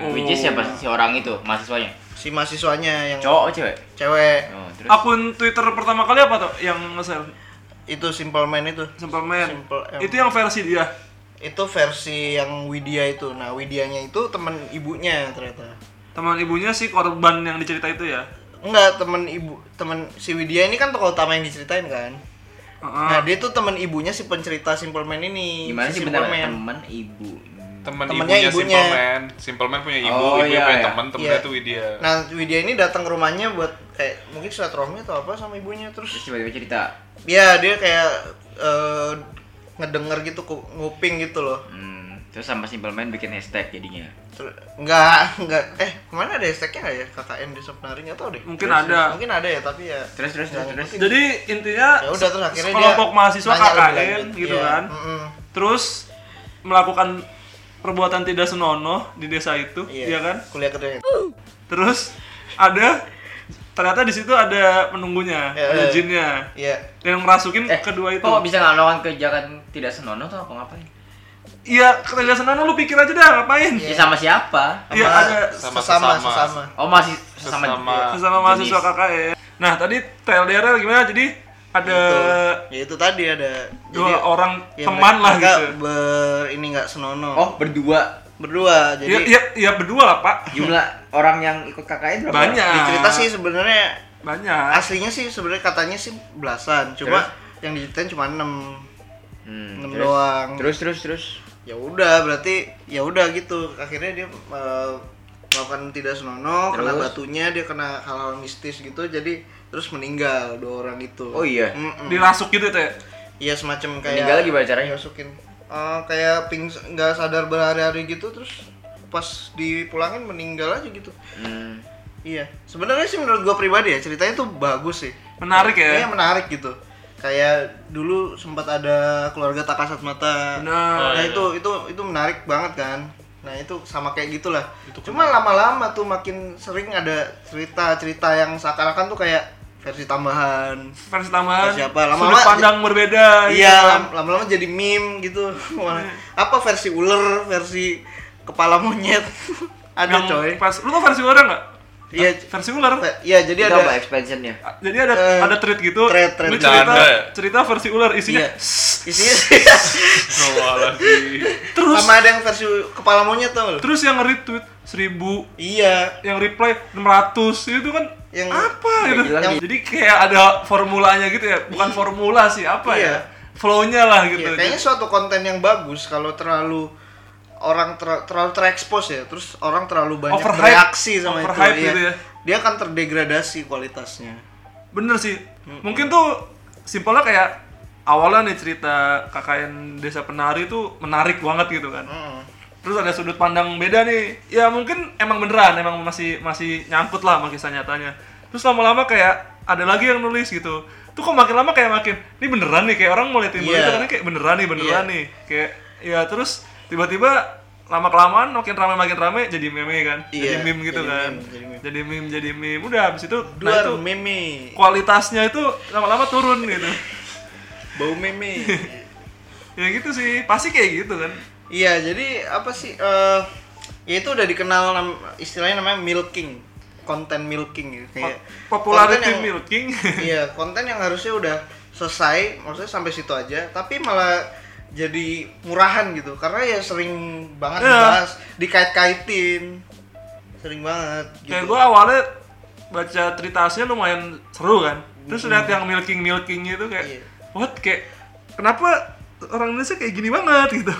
Speaker 2: Oh.
Speaker 4: Hmm, Which is ya. siapa sih si orang itu mahasiswanya?
Speaker 1: Si mahasiswanya yang
Speaker 4: Cowok atau cewek?
Speaker 1: cewek
Speaker 4: Oh, terus
Speaker 2: akun Twitter pertama kali apa tuh yang nge-share
Speaker 1: itu simple man itu.
Speaker 2: Simple Man.
Speaker 1: Simple M.
Speaker 2: Itu yang versi dia.
Speaker 1: Itu versi yang Widya itu. Nah, Widyanya itu teman ibunya ternyata.
Speaker 2: Teman ibunya si korban yang dicerita itu ya.
Speaker 1: Enggak, temen ibu, temen si Widya ini kan tokoh utama yang diceritain kan.
Speaker 2: Heeh.
Speaker 1: Nah, dia tuh temen ibunya si pencerita Simple Man ini.
Speaker 4: Ah. gimana
Speaker 1: si
Speaker 4: sih
Speaker 1: Simple
Speaker 4: bentar
Speaker 1: Man.
Speaker 4: teman ibu.
Speaker 3: teman
Speaker 1: Temennya
Speaker 3: ibunya,
Speaker 1: ibunya.
Speaker 3: Simple Man Simple Man punya ibu,
Speaker 4: Oh,
Speaker 3: ibunya
Speaker 4: iya,
Speaker 3: punya
Speaker 4: iya.
Speaker 3: teman, temennya
Speaker 1: Iya.
Speaker 3: tuh Widya
Speaker 1: Nah, Widya ini datang ke rumahnya buat kayak mungkin silaturahmi atau apa sama ibunya
Speaker 4: Terus
Speaker 1: terus
Speaker 4: tiba-tiba cerita.
Speaker 1: ya dia kayak eh, ngedenger gitu ku- nguping gitu loh.
Speaker 4: Hmm, terus sama Simple Man bikin hashtag jadinya.
Speaker 1: Ter- Enggak, enggak. Eh, kemarin ada hashtagnya nggak ya? KKN di Sopnari nggak tau deh.
Speaker 2: Mungkin ada.
Speaker 1: Mungkin ada ya, tapi ya
Speaker 4: Terus terus terus terus.
Speaker 2: Jadi intinya
Speaker 1: ya udah terus akhirnya dia
Speaker 2: kelompok mahasiswa
Speaker 1: nanya lebih
Speaker 2: KKN
Speaker 1: lanjut.
Speaker 2: gitu
Speaker 1: Iya,
Speaker 2: kan.
Speaker 1: mm-mm.
Speaker 2: Terus melakukan perbuatan tidak senonoh di desa itu,
Speaker 1: Iya.
Speaker 2: ya kan?
Speaker 1: Kuliah kerja.
Speaker 2: Terus ada ternyata di situ ada penunggunya,
Speaker 1: Iya,
Speaker 2: ada
Speaker 1: iya.
Speaker 2: jinnya.
Speaker 1: Iya.
Speaker 2: Yang merasukin
Speaker 4: Eh,
Speaker 2: kedua itu.
Speaker 4: Kok bisa ngelawan kejakan tidak senonoh tuh apa ngapain?
Speaker 2: Iya, tidak senonoh lu pikir aja dah ngapain.
Speaker 1: Iya.
Speaker 4: Ya sama siapa?
Speaker 2: Iya,
Speaker 1: Sama-
Speaker 2: ada
Speaker 3: sama-
Speaker 1: sesama
Speaker 3: sesama.
Speaker 1: sesama.
Speaker 4: Oh masih sama
Speaker 3: Sesama.
Speaker 2: sesama mahasiswa KKN. Nah, tadi TLDR gimana? Jadi ada
Speaker 1: Gitu. Ya itu tadi ada
Speaker 2: dua
Speaker 1: jadi-
Speaker 2: orang
Speaker 1: ya
Speaker 2: teman lah
Speaker 1: mereka
Speaker 2: gitu.
Speaker 1: Ber ini nggak senono.
Speaker 4: Oh berdua
Speaker 1: Berdua jadi
Speaker 2: Iya, iya, iya berdua lah, Pak.
Speaker 4: jumlah orang yang ikut KKN berapa?
Speaker 2: Banyak.
Speaker 1: dicerita sih sebenarnya
Speaker 2: Banyak.
Speaker 1: aslinya sih sebenarnya katanya sih belasan. Cuma yang diceritain cuma 6.
Speaker 4: Hmm,
Speaker 1: Enam
Speaker 4: terus,
Speaker 1: doang.
Speaker 4: terus terus terus.
Speaker 1: Ya udah berarti ya udah gitu. Akhirnya dia eh, melakukan tidak senono, kena
Speaker 4: Terus?
Speaker 1: batunya, dia kena hal-hal mistis gitu. Jadi terus meninggal dua orang itu.
Speaker 4: Oh iya.
Speaker 1: Mm-mm.
Speaker 2: Dirasuk gitu teh.
Speaker 1: Iya semacam kayak
Speaker 4: Meninggal lagi gimana caranya?
Speaker 1: masukin kayak ping nggak sadar berhari-hari gitu terus pas dipulangin meninggal aja gitu.
Speaker 4: Hmm.
Speaker 1: Iya. Sebenarnya sih menurut gua pribadi ya ceritanya tuh bagus sih.
Speaker 2: Menarik
Speaker 1: Kayaknya
Speaker 2: ya.
Speaker 1: menarik gitu. Kayak dulu sempat ada keluarga tak kasat mata.
Speaker 2: Benar. Oh, iya.
Speaker 1: Nah, itu itu itu menarik banget kan. Nah, itu sama kayak gitulah. Cuma lama-lama tuh makin sering ada cerita-cerita yang seakan-akan tuh kayak versi tambahan.
Speaker 2: Versi tambahan.
Speaker 1: Versi apa? Lama-lama-
Speaker 2: Sudut pandang berbeda. gitu
Speaker 1: Iya,
Speaker 2: kan.
Speaker 1: lam- lama-lama jadi meme gitu. Wah, Apa versi ular, versi kepala monyet? ada
Speaker 2: Yang
Speaker 1: coy.
Speaker 2: Pas, lu tau versi ular nggak?
Speaker 1: Iya.
Speaker 2: Versi ular.
Speaker 1: Ve- Iya, jadi
Speaker 4: Itu apa
Speaker 2: ya?
Speaker 1: ada
Speaker 4: expansionnya?
Speaker 2: Jadi ada
Speaker 1: Eh,
Speaker 2: ada treat gitu.
Speaker 1: thread, thread.
Speaker 2: Lu cerita
Speaker 3: Bercanda ya?
Speaker 2: cerita versi ular isinya.
Speaker 1: Iya. isinya
Speaker 3: Astagfirullahaladzim.
Speaker 2: Terus
Speaker 1: sama ada yang versi kepala monyet tau lu?
Speaker 2: terus yang retweet 1000
Speaker 1: Iya.
Speaker 2: yang reply 600 itu kan
Speaker 1: Yang-
Speaker 2: apa gitu.
Speaker 4: gila
Speaker 1: Yang-
Speaker 2: Jadi kayak ada formulanya gitu ya, bukan formula sih apa
Speaker 1: Iya.
Speaker 2: ya? Flow-nya lah gitu.
Speaker 1: Iya, kayaknya suatu konten yang bagus kalau terlalu orang ter- terlalu terekspos ya, terus orang terlalu banyak
Speaker 2: Overhype.
Speaker 1: bereaksi sama
Speaker 2: Overhype
Speaker 1: itu.
Speaker 2: gitu
Speaker 1: iya.
Speaker 2: ya.
Speaker 1: Dia akan terdegradasi kualitasnya.
Speaker 2: Bener sih. Mungkin tuh simpelnya kayak awalnya nih cerita KKN Desa Penari tuh menarik banget gitu kan.
Speaker 1: Mm.
Speaker 2: Terus ada sudut pandang beda nih. Ya mungkin emang beneran emang masih masih nyangkut lah sama kisah nyatanya. Terus lama-lama kayak ada lagi yang nulis gitu. Tuh kok makin lama kayak makin ini beneran nih kayak orang mulai timbul
Speaker 1: Iya.
Speaker 2: itu kan kayak beneran nih beneran nih. Kayak ya terus tiba-tiba lama kelamaan makin ramai makin ramai jadi meme kan.
Speaker 1: Iya,
Speaker 2: jadi meme gitu
Speaker 1: jadi
Speaker 2: kan.
Speaker 1: meme, jadi meme.
Speaker 2: jadi meme jadi meme. Udah habis itu
Speaker 1: Duar
Speaker 2: nah itu-
Speaker 1: meme,
Speaker 2: kualitasnya itu lama-lama turun gitu.
Speaker 1: bau meme.
Speaker 2: ya gitu sih pasti kayak gitu kan
Speaker 1: Iya, jadi apa sih? eh ya itu udah dikenal nam- istilahnya namanya milking, konten milking gitu. Kayak
Speaker 2: popularity
Speaker 1: konten yang-
Speaker 2: milking
Speaker 1: iya, konten yang harusnya udah selesai, maksudnya sampai situ aja, tapi malah jadi murahan gitu. Karena ya sering banget
Speaker 2: Iya.
Speaker 1: dibahas, dikait-kaitin. Sering banget gitu.
Speaker 2: kayak gue awalnya baca tritasnya lumayan seru kan terus lihat yang milking milking itu kayak
Speaker 1: Iya.
Speaker 2: what kayak kenapa orang Indonesia kayak gini banget gitu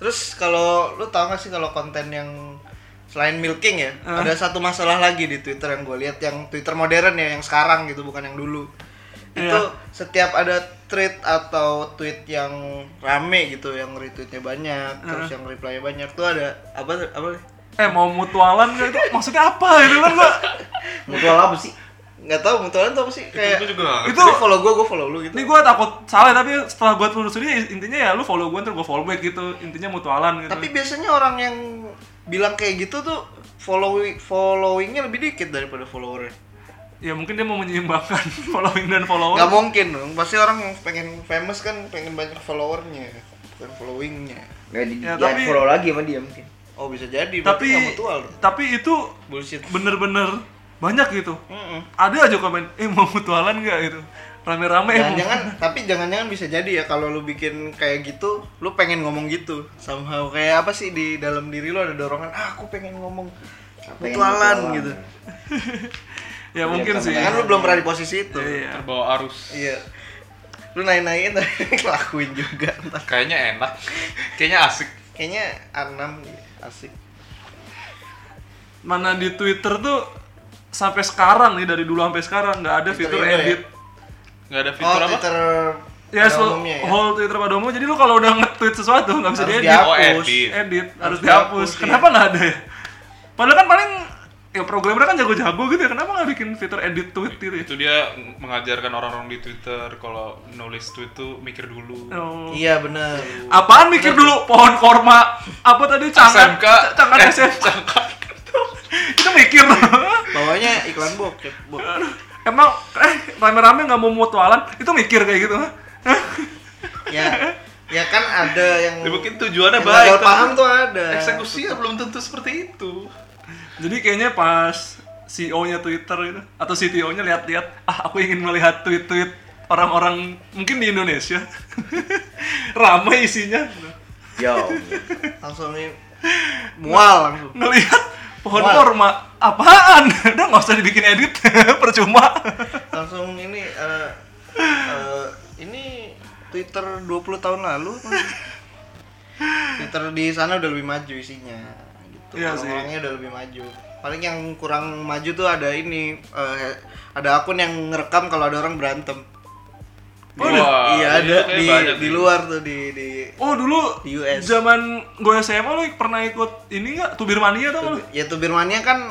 Speaker 1: Terus kalau lu tau gak sih kalau konten yang selain milking ya, ada satu masalah lagi di Twitter yang gue lihat yang Twitter modern ya yang sekarang gitu bukan yang dulu. Itu
Speaker 2: Iya.
Speaker 1: setiap ada tweet atau tweet yang rame gitu, yang retweetnya banyak, terus yang reply-nya banyak tuh ada apa apa
Speaker 2: eh mau mutualan gak itu maksudnya apa itu kan gue
Speaker 4: Mutual apa sih?
Speaker 1: nggak tahu mutualan tuh apa sih
Speaker 3: Itu
Speaker 1: kayak
Speaker 3: juga nggak ngerti.
Speaker 2: itu
Speaker 1: lu follow gue, gue follow lu gitu.
Speaker 2: ini gue takut salah tapi setelah gue telusuri intinya ya lu follow gue ntar gue follow back gitu intinya mutualan gitu
Speaker 1: Tapi biasanya orang yang bilang kayak gitu tuh follow followingnya lebih dikit daripada followernya.
Speaker 2: ya mungkin dia mau menyeimbangkan following dan
Speaker 3: Oh.
Speaker 2: follower
Speaker 1: nggak mungkin dong pasti orang yang pengen famous kan pengen banyak followernya bukan followingnya
Speaker 4: Nggak di
Speaker 2: Ya,
Speaker 4: ya,
Speaker 1: Iya,
Speaker 2: tapi-
Speaker 4: follow lagi sama dia mungkin.
Speaker 1: oh bisa jadi berarti
Speaker 2: tapi
Speaker 1: nggak mutual dong.
Speaker 2: tapi itu
Speaker 1: bullshit
Speaker 2: bener-bener banyak gitu
Speaker 1: Mm-mm.
Speaker 2: ada aja komen eh mau mutualan gak gitu rame-rame eh, mau-
Speaker 1: jangan-jangan tapi jangan-jangan bisa jadi ya kalau lu bikin kayak gitu lu pengen ngomong gitu somehow kayak apa sih di dalam diri lu ada dorongan ah aku pengen ngomong
Speaker 4: Pengen
Speaker 1: mutualan gitu
Speaker 2: ya mungkin sih
Speaker 1: kan lu belum pernah di posisi itu
Speaker 2: Iya.
Speaker 3: terbawa arus.
Speaker 1: iya lu naik-naikin tapi kelakuin juga ntar
Speaker 3: Kayaknya enak. Kayaknya asik.
Speaker 1: kayaknya anam asik
Speaker 2: mana di Twitter tuh sampai sekarang nih dari dulu sampai sekarang nggak ada
Speaker 1: Twitter
Speaker 2: fitur
Speaker 1: Indo ya?
Speaker 2: edit
Speaker 3: Nggak ada
Speaker 1: oh
Speaker 3: fitur apa?
Speaker 1: Twitter
Speaker 2: ya,
Speaker 1: pada
Speaker 2: so,
Speaker 1: umumnya ya.
Speaker 2: whole Twitter pada umumnya jadi lu kalau udah nge-tweet sesuatu nggak bisa
Speaker 1: Harus
Speaker 2: diedit
Speaker 1: dihapus.
Speaker 3: Oh, edit.
Speaker 2: edit harus
Speaker 1: Harus
Speaker 2: dihapus
Speaker 1: dihapus, iya.
Speaker 2: kenapa nggak ada ya padahal kan paling ya programmer kan jago-jago gitu ya kenapa nggak bikin fitur edit tweet gitu ya
Speaker 3: Itu dia mengajarkan orang-orang di Twitter kalau nulis tweet tuh mikir dulu.
Speaker 2: Oh.
Speaker 1: iya bener
Speaker 2: apaan mikir dulu pohon korma apa tadi cangkat
Speaker 3: SMK,
Speaker 2: ca- cangkat
Speaker 3: eh,
Speaker 2: SMK
Speaker 3: cangkat.
Speaker 2: itu mikir
Speaker 1: bawahnya iklan bokep bok.
Speaker 2: emang eh rame-rame nggak mau mutualan itu mikir kayak gitu
Speaker 1: ya ya kan ada yang
Speaker 3: Ya, mungkin tujuannya
Speaker 1: yang
Speaker 3: baik. kan?
Speaker 1: gagal
Speaker 3: tapi
Speaker 1: Eh, paham tuh ada
Speaker 3: Eksekusinya belum tentu seperti itu.
Speaker 2: jadi kayaknya pas CEO-nya Twitter gitu atau CTO-nya lihat-lihat ah aku ingin melihat tweet-tweet orang-orang mungkin di Indonesia ramai isinya
Speaker 4: Yo.
Speaker 1: langsung nih mual langsung
Speaker 2: ngelihat pohon
Speaker 1: Mual.
Speaker 2: korma apaan udah nggak usah dibikin edit percuma
Speaker 1: langsung ini eh, eh, ini Twitter 20 tahun lalu kan. Twitter di sana udah lebih maju isinya gitu.
Speaker 2: Iya sih.
Speaker 1: Orang-orangnya udah lebih maju. Paling yang kurang maju tuh ada ini eh, ada akun yang ngerekam kalau ada orang berantem.
Speaker 3: Wah,
Speaker 1: iya ada
Speaker 3: itu kayaknya
Speaker 1: di
Speaker 3: banyak
Speaker 1: di
Speaker 3: sih.
Speaker 1: luar tuh di di
Speaker 2: oh dulu
Speaker 1: Di US.
Speaker 2: zaman gue SMA lu pernah ikut ini nggak tubirmania tau nggak lu
Speaker 1: Ya Tubirmania kan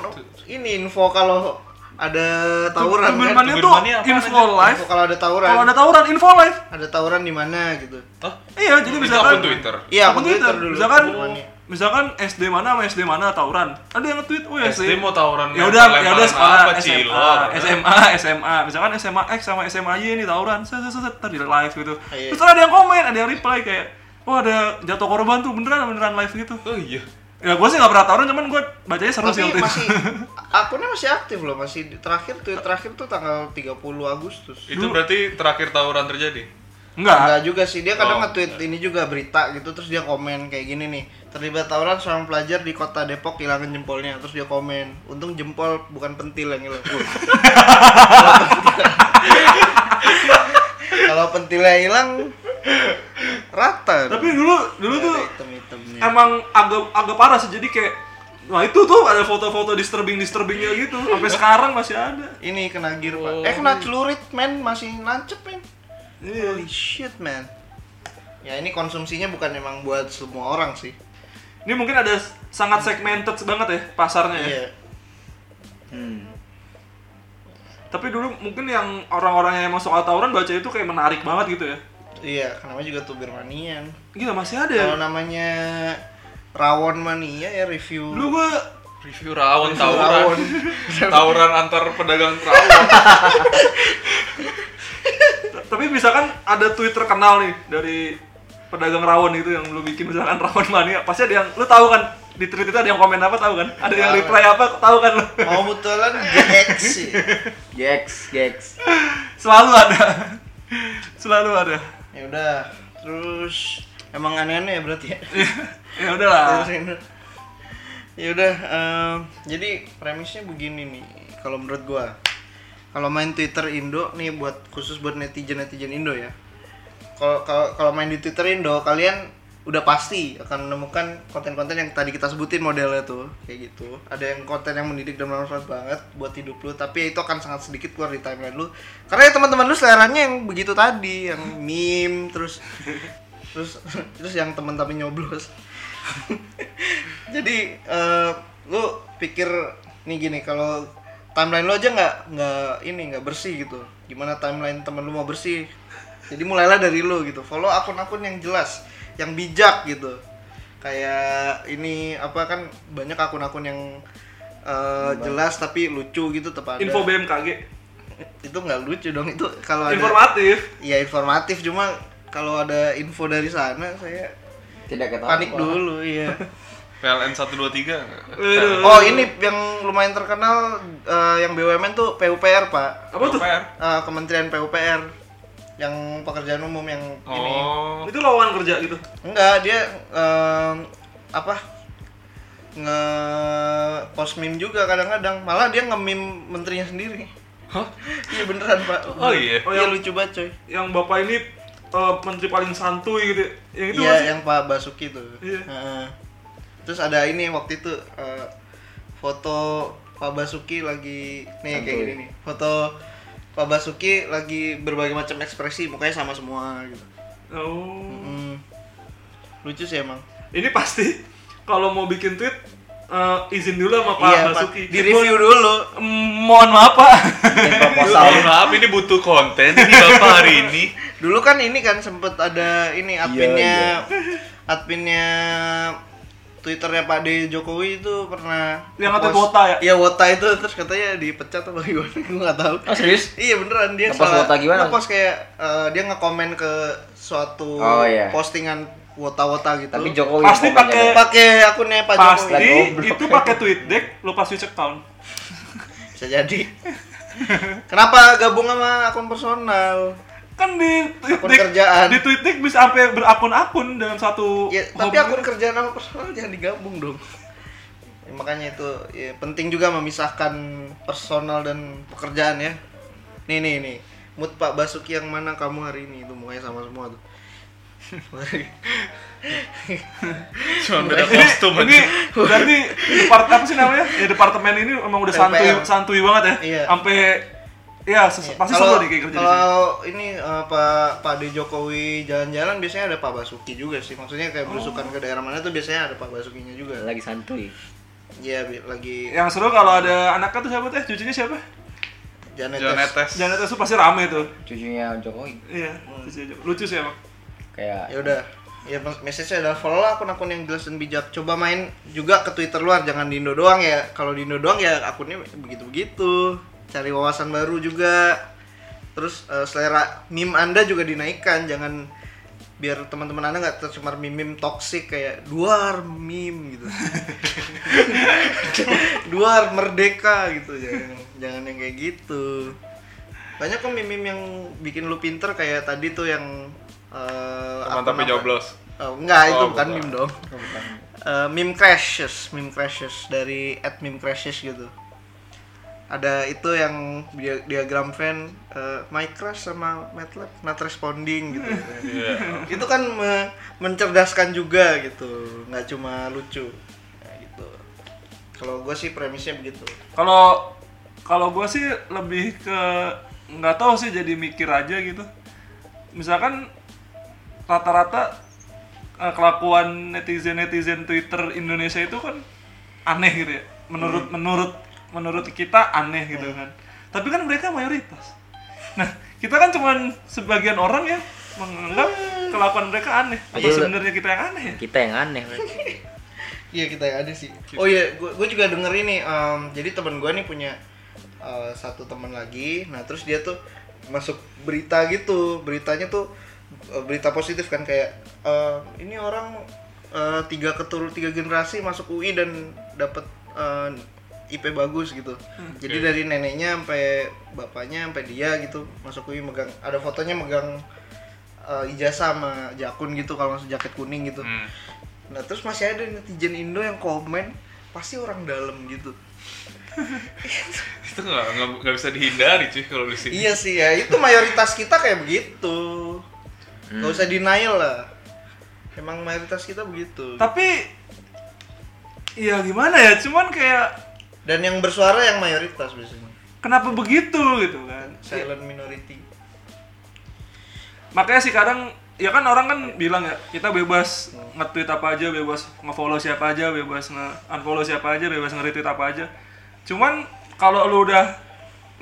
Speaker 1: ini info kalau ada tawuran kan.
Speaker 2: tubirmania tuh
Speaker 3: Tubirmania apaan
Speaker 2: info live
Speaker 1: Info kalau ada tawuran.
Speaker 2: kalau ada tawuran info live
Speaker 1: Ada tawuran di mana gitu.
Speaker 3: Hah?
Speaker 2: iya jadi
Speaker 3: Itu
Speaker 2: misalkan
Speaker 3: akun Twitter.
Speaker 1: Iya, akun
Speaker 2: akun
Speaker 1: Twitter dulu.
Speaker 2: misalkan
Speaker 1: Tubirmania.
Speaker 2: misalkan SD mana sama SD mana tawuran ada yang nge-tweet oh ya
Speaker 3: SD mau tawuran
Speaker 2: ya udah
Speaker 3: lempar-lemparan
Speaker 2: ya udah sekolah
Speaker 3: apa, Oh,
Speaker 2: SMA
Speaker 3: cilok.
Speaker 2: SMA SMA misalkan SMA X sama SMA Y ini tawuran set set set, set ntar di live gitu
Speaker 1: Iya.
Speaker 2: terus ada yang komen ada yang reply kayak oh ada jatuh korban tuh beneran beneran live gitu
Speaker 3: Oh iya.
Speaker 2: ya gue sih nggak pernah tawuran cuman gue bacanya seru sih
Speaker 1: Tapi
Speaker 2: waktu itu
Speaker 1: masih akunnya masih aktif loh, masih di- terakhir tweet terakhir tuh tanggal 30 Agustus.
Speaker 3: Itu berarti terakhir tawuran terjadi.
Speaker 2: enggak
Speaker 1: Enggak juga sih, dia kadang
Speaker 3: Oh.
Speaker 1: nge-tweet ini juga berita gitu terus dia komen kayak gini nih. Terlibat tawuran seorang pelajar di kota Depok kehilangan jempolnya, terus dia komen, "Untung jempol bukan pentil yang hilang." Wuh. Kalau pentilnya hilang rata.
Speaker 2: tapi dulu dulu
Speaker 1: Nggak ada
Speaker 2: tuh
Speaker 1: hitam-hitamnya.
Speaker 2: emang agak agak parah sih jadi kayak Wah itu tuh ada foto-foto disturbing disturbingnya gitu sampai sekarang masih ada.
Speaker 1: Ini kena gear, Pak. Eh kena celurit, men, masih nancep, men. Holy shit, man. Ya ini konsumsinya bukan emang buat semua orang sih.
Speaker 2: Ini mungkin ada s- sangat segmented banget ya pasarnya ya.
Speaker 1: Iya.
Speaker 4: Hmm.
Speaker 2: Tapi dulu mungkin yang orang-orang yang emang soal tawuran baca itu kayak menarik banget gitu ya.
Speaker 1: Iya, namanya juga tubir manian.
Speaker 2: Gila masih ada ya.
Speaker 1: Kalau namanya rawon mania ya review
Speaker 2: Dulu gua
Speaker 3: Review rawon
Speaker 1: rawon.
Speaker 3: tawuran. Tawuran antar pedagang rawon.
Speaker 2: t- tapi misalkan ada tweet terkenal nih dari pedagang rawon itu yang lu bikin misalkan rawon mania, pasti ada yang lu tahu kan di tweet itu ada yang komen apa tahu kan? Ada yang
Speaker 1: Tahu.
Speaker 2: reply apa tahu kan lu?
Speaker 1: mau Oh, betulan GX sih
Speaker 4: Gex, Gex.
Speaker 2: Selalu ada. Selalu ada.
Speaker 1: ya udah terus emang aneh-aneh ya berarti ya
Speaker 2: Ya udahlah.
Speaker 1: Terus ini. ya udah em, jadi premisnya begini nih kalau menurut gua kalau main Twitter Indo nih buat khusus buat netizen netizen Indo ya kalau kalau kalau main di Twitter Indo kalian udah pasti akan menemukan konten-konten yang tadi kita sebutin modelnya tuh kayak gitu ada yang konten yang mendidik dan bermanfaat banget buat hidup lu tapi ya itu akan sangat sedikit keluar di timeline lu karena ya teman-teman lu seleranya yang begitu tadi yang meme terus terus terus yang teman tapi nyoblos jadi eh, lu pikir nih gini kalau timeline lo aja nggak nggak ini nggak bersih gitu gimana timeline temen lu mau bersih jadi mulailah dari lu gitu follow akun-akun yang jelas yang bijak gitu kayak ini apa kan banyak akun-akun yang eh, jelas tapi lucu gitu tepat
Speaker 2: Info BMKG.
Speaker 1: itu nggak lucu dong itu kalau ada
Speaker 2: Informatif.
Speaker 1: ya informatif cuma kalau ada info dari sana saya
Speaker 4: Tidak ketahuan.
Speaker 1: panik dulu iya
Speaker 3: PLN 123
Speaker 2: Waduh.
Speaker 1: Oh ini yang lumayan terkenal eh, yang BUMN tuh PUPR pak,
Speaker 2: apa tuh?
Speaker 3: PR.
Speaker 1: Eh, Kementerian PUPR yang pekerjaan umum yang ini.
Speaker 3: Oh.
Speaker 2: Itu lawan kerja gitu.
Speaker 1: Enggak dia em, apa nge post meme juga kadang-kadang malah dia nge meme menterinya sendiri.
Speaker 3: Hah?
Speaker 1: Iya beneran pak.
Speaker 3: Oh iya.
Speaker 2: Oh,
Speaker 1: iya
Speaker 2: yang-
Speaker 1: lucu banget coy.
Speaker 2: Yang bapak ini eh, menteri paling santuy gitu. Yang itu
Speaker 1: Iya
Speaker 2: masih-
Speaker 1: yang Pak Basuki tuh.
Speaker 2: Iya.
Speaker 1: Heeh. Terus ada ini waktu itu eh, foto Pak Basuki lagi nih kayak
Speaker 4: Santuy.
Speaker 1: gini nih. Foto Pak Basuki lagi berbagai macam ekspresi mukanya sama semua gitu.
Speaker 2: Oh.
Speaker 1: Hmm. Lucu sih emang.
Speaker 2: Ini pasti kalau mau bikin tweet eh, izin dulu sama Pak
Speaker 1: iya,
Speaker 2: Basuki.
Speaker 1: Pak. Di review dulu.
Speaker 2: Mm, mohon maaf Pak.
Speaker 4: Ini proposal.
Speaker 3: Mohon maaf ini butuh konten ini bapak hari ini.
Speaker 1: Dulu kan ini kan sempet ada ini adminnya adminnya Twitternya Pak D Jokowi itu pernah
Speaker 2: Yang katanya
Speaker 1: ngepost-
Speaker 2: wota ya?
Speaker 1: Iya wota itu terus katanya dipecat apa gimana gue nggak tahu.
Speaker 4: Oh serius?
Speaker 1: Iya beneran dia
Speaker 4: Ngepost
Speaker 1: salah
Speaker 4: wota gimana?
Speaker 1: ngepost kayak eh, dia ngekomen ke suatu
Speaker 4: Oh, iya.
Speaker 1: postingan wota-wota gitu.
Speaker 4: Tapi Jokowi
Speaker 2: Pasti
Speaker 4: yang komennya.
Speaker 2: pakai-
Speaker 1: pakai akunnya Pak Jokowi.
Speaker 2: Pasti
Speaker 4: Lah, goblok.
Speaker 2: itu pakai tweet deck lo pasti cek account.
Speaker 1: Bisa jadi. Kenapa gabung sama akun personal?
Speaker 2: Kan di tweet
Speaker 1: Akun
Speaker 2: deck
Speaker 1: kerjaan.
Speaker 2: di tweet deck bisa sampai berakun-akun dalam satu
Speaker 1: Ya, tapi
Speaker 2: hobi.
Speaker 1: akun kerjaan sama personal jangan digabung dong. Ya, makanya itu ya, penting juga memisahkan personal dan pekerjaan ya. Nih nih nih. Mood Pak Basuki yang mana kamu hari ini? Itu mukanya sama semua tuh.
Speaker 3: Cuma beda
Speaker 2: ini,
Speaker 3: kostum
Speaker 2: ini
Speaker 3: aja.
Speaker 2: berarti departemen apa sih namanya? Ya departemen ini emang udah santuy
Speaker 1: PLPR.
Speaker 2: santuy banget ya.
Speaker 1: Iya.
Speaker 2: Sampai ya ses- pasti
Speaker 1: Kalau-
Speaker 2: seru nih kayak gitu kerja di sini.
Speaker 1: Kalau ini eh, Pak Pak D Jokowi jalan-jalan biasanya ada Pak Basuki juga sih. Maksudnya kayak berusukan
Speaker 2: Oh.
Speaker 1: ke daerah mana tuh biasanya ada Pak Basukinya juga.
Speaker 4: Lagi santuy.
Speaker 1: Iya bi- lagi
Speaker 2: Yang seru kalau ada anaknya tuh siapa teh? Cucunya siapa?
Speaker 1: Janetes.
Speaker 3: Jonetes.
Speaker 2: Jangan itu pasti rame tuh.
Speaker 4: Cucunya Jokowi.
Speaker 2: Iya, lucu, lucu sih emang.
Speaker 4: Kayak
Speaker 1: Ya udah. Ya mes- message-nya adalah follow lah akun-akun yang jelas dan bijak. Coba main juga ke Twitter luar, jangan di Indo doang ya. Kalau di Indo doang ya akunnya begitu-begitu. Cari wawasan baru juga. Terus eh, selera meme Anda juga dinaikkan, jangan biar teman-teman Anda nggak tercemar meme-meme toksik kayak duar meme gitu. duar merdeka gitu jangan jangan yang kayak gitu banyak kok mimim yang bikin lu pinter kayak tadi tuh yang eh,
Speaker 3: Teman
Speaker 1: apa
Speaker 3: tapi
Speaker 1: namanya?
Speaker 3: joblos.
Speaker 1: Oh, enggak itu
Speaker 3: Oh,
Speaker 1: bukan
Speaker 3: bukan.
Speaker 1: meme dong Eh, meme crashes meme crashes dari at meme crashes gitu ada itu yang dia- diagram fan eh, my crush sama MATLAB not responding gitu
Speaker 3: Iya.
Speaker 1: itu kan me- mencerdaskan juga gitu nggak cuma lucu Nah, gitu kalau gue sih premisnya begitu
Speaker 2: Kalau kalau gue sih lebih ke nggak tahu sih jadi mikir aja gitu. Misalkan rata-rata eh, kelakuan netizen netizen Twitter Indonesia itu kan aneh gitu ya. Menurut menurut menurut kita aneh gitu kan. Tapi kan mereka mayoritas. Nah kita kan cuman sebagian orang ya menganggap kelakuan mereka aneh. Apa
Speaker 4: Iya.
Speaker 2: sebenarnya kita yang aneh ya?
Speaker 4: kita yang aneh.
Speaker 1: Iya kita yang ada sih. Oh iya, gue juga denger ini. em, jadi temen gue nih punya eh, satu temen lagi. Nah terus dia tuh masuk berita gitu beritanya tuh eh, berita positif kan kayak eh, ini orang eh, tiga keturut tiga generasi masuk UI dan dapat eh, IP bagus gitu jadi dari neneknya sampai bapaknya sampai dia gitu masuk UI megang ada fotonya megang eh, ijazah sama jakun gitu kalau masuk jaket kuning gitu
Speaker 3: Hmm.
Speaker 1: Nah terus masih ada netizen Indo yang komen pasti orang dalam gitu.
Speaker 3: Itu nggak nggak nggak bisa dihindari cuy kalau di sini.
Speaker 1: iya sih ya itu mayoritas kita kayak begitu. Gak usah denial lah. Emang mayoritas kita begitu.
Speaker 2: Tapi ya gimana ya? Cuman kayak
Speaker 1: Dan yang bersuara yang mayoritas biasanya.
Speaker 2: kenapa begitu gitu kan?
Speaker 1: Silent minority.
Speaker 2: Makanya sih kadang ya kan orang kan bilang ya kita bebas nge-tweet apa aja, bebas nge-follow siapa aja, bebas nge-unfollow siapa aja, bebas nge-retweet apa aja. Cuman kalau lu udah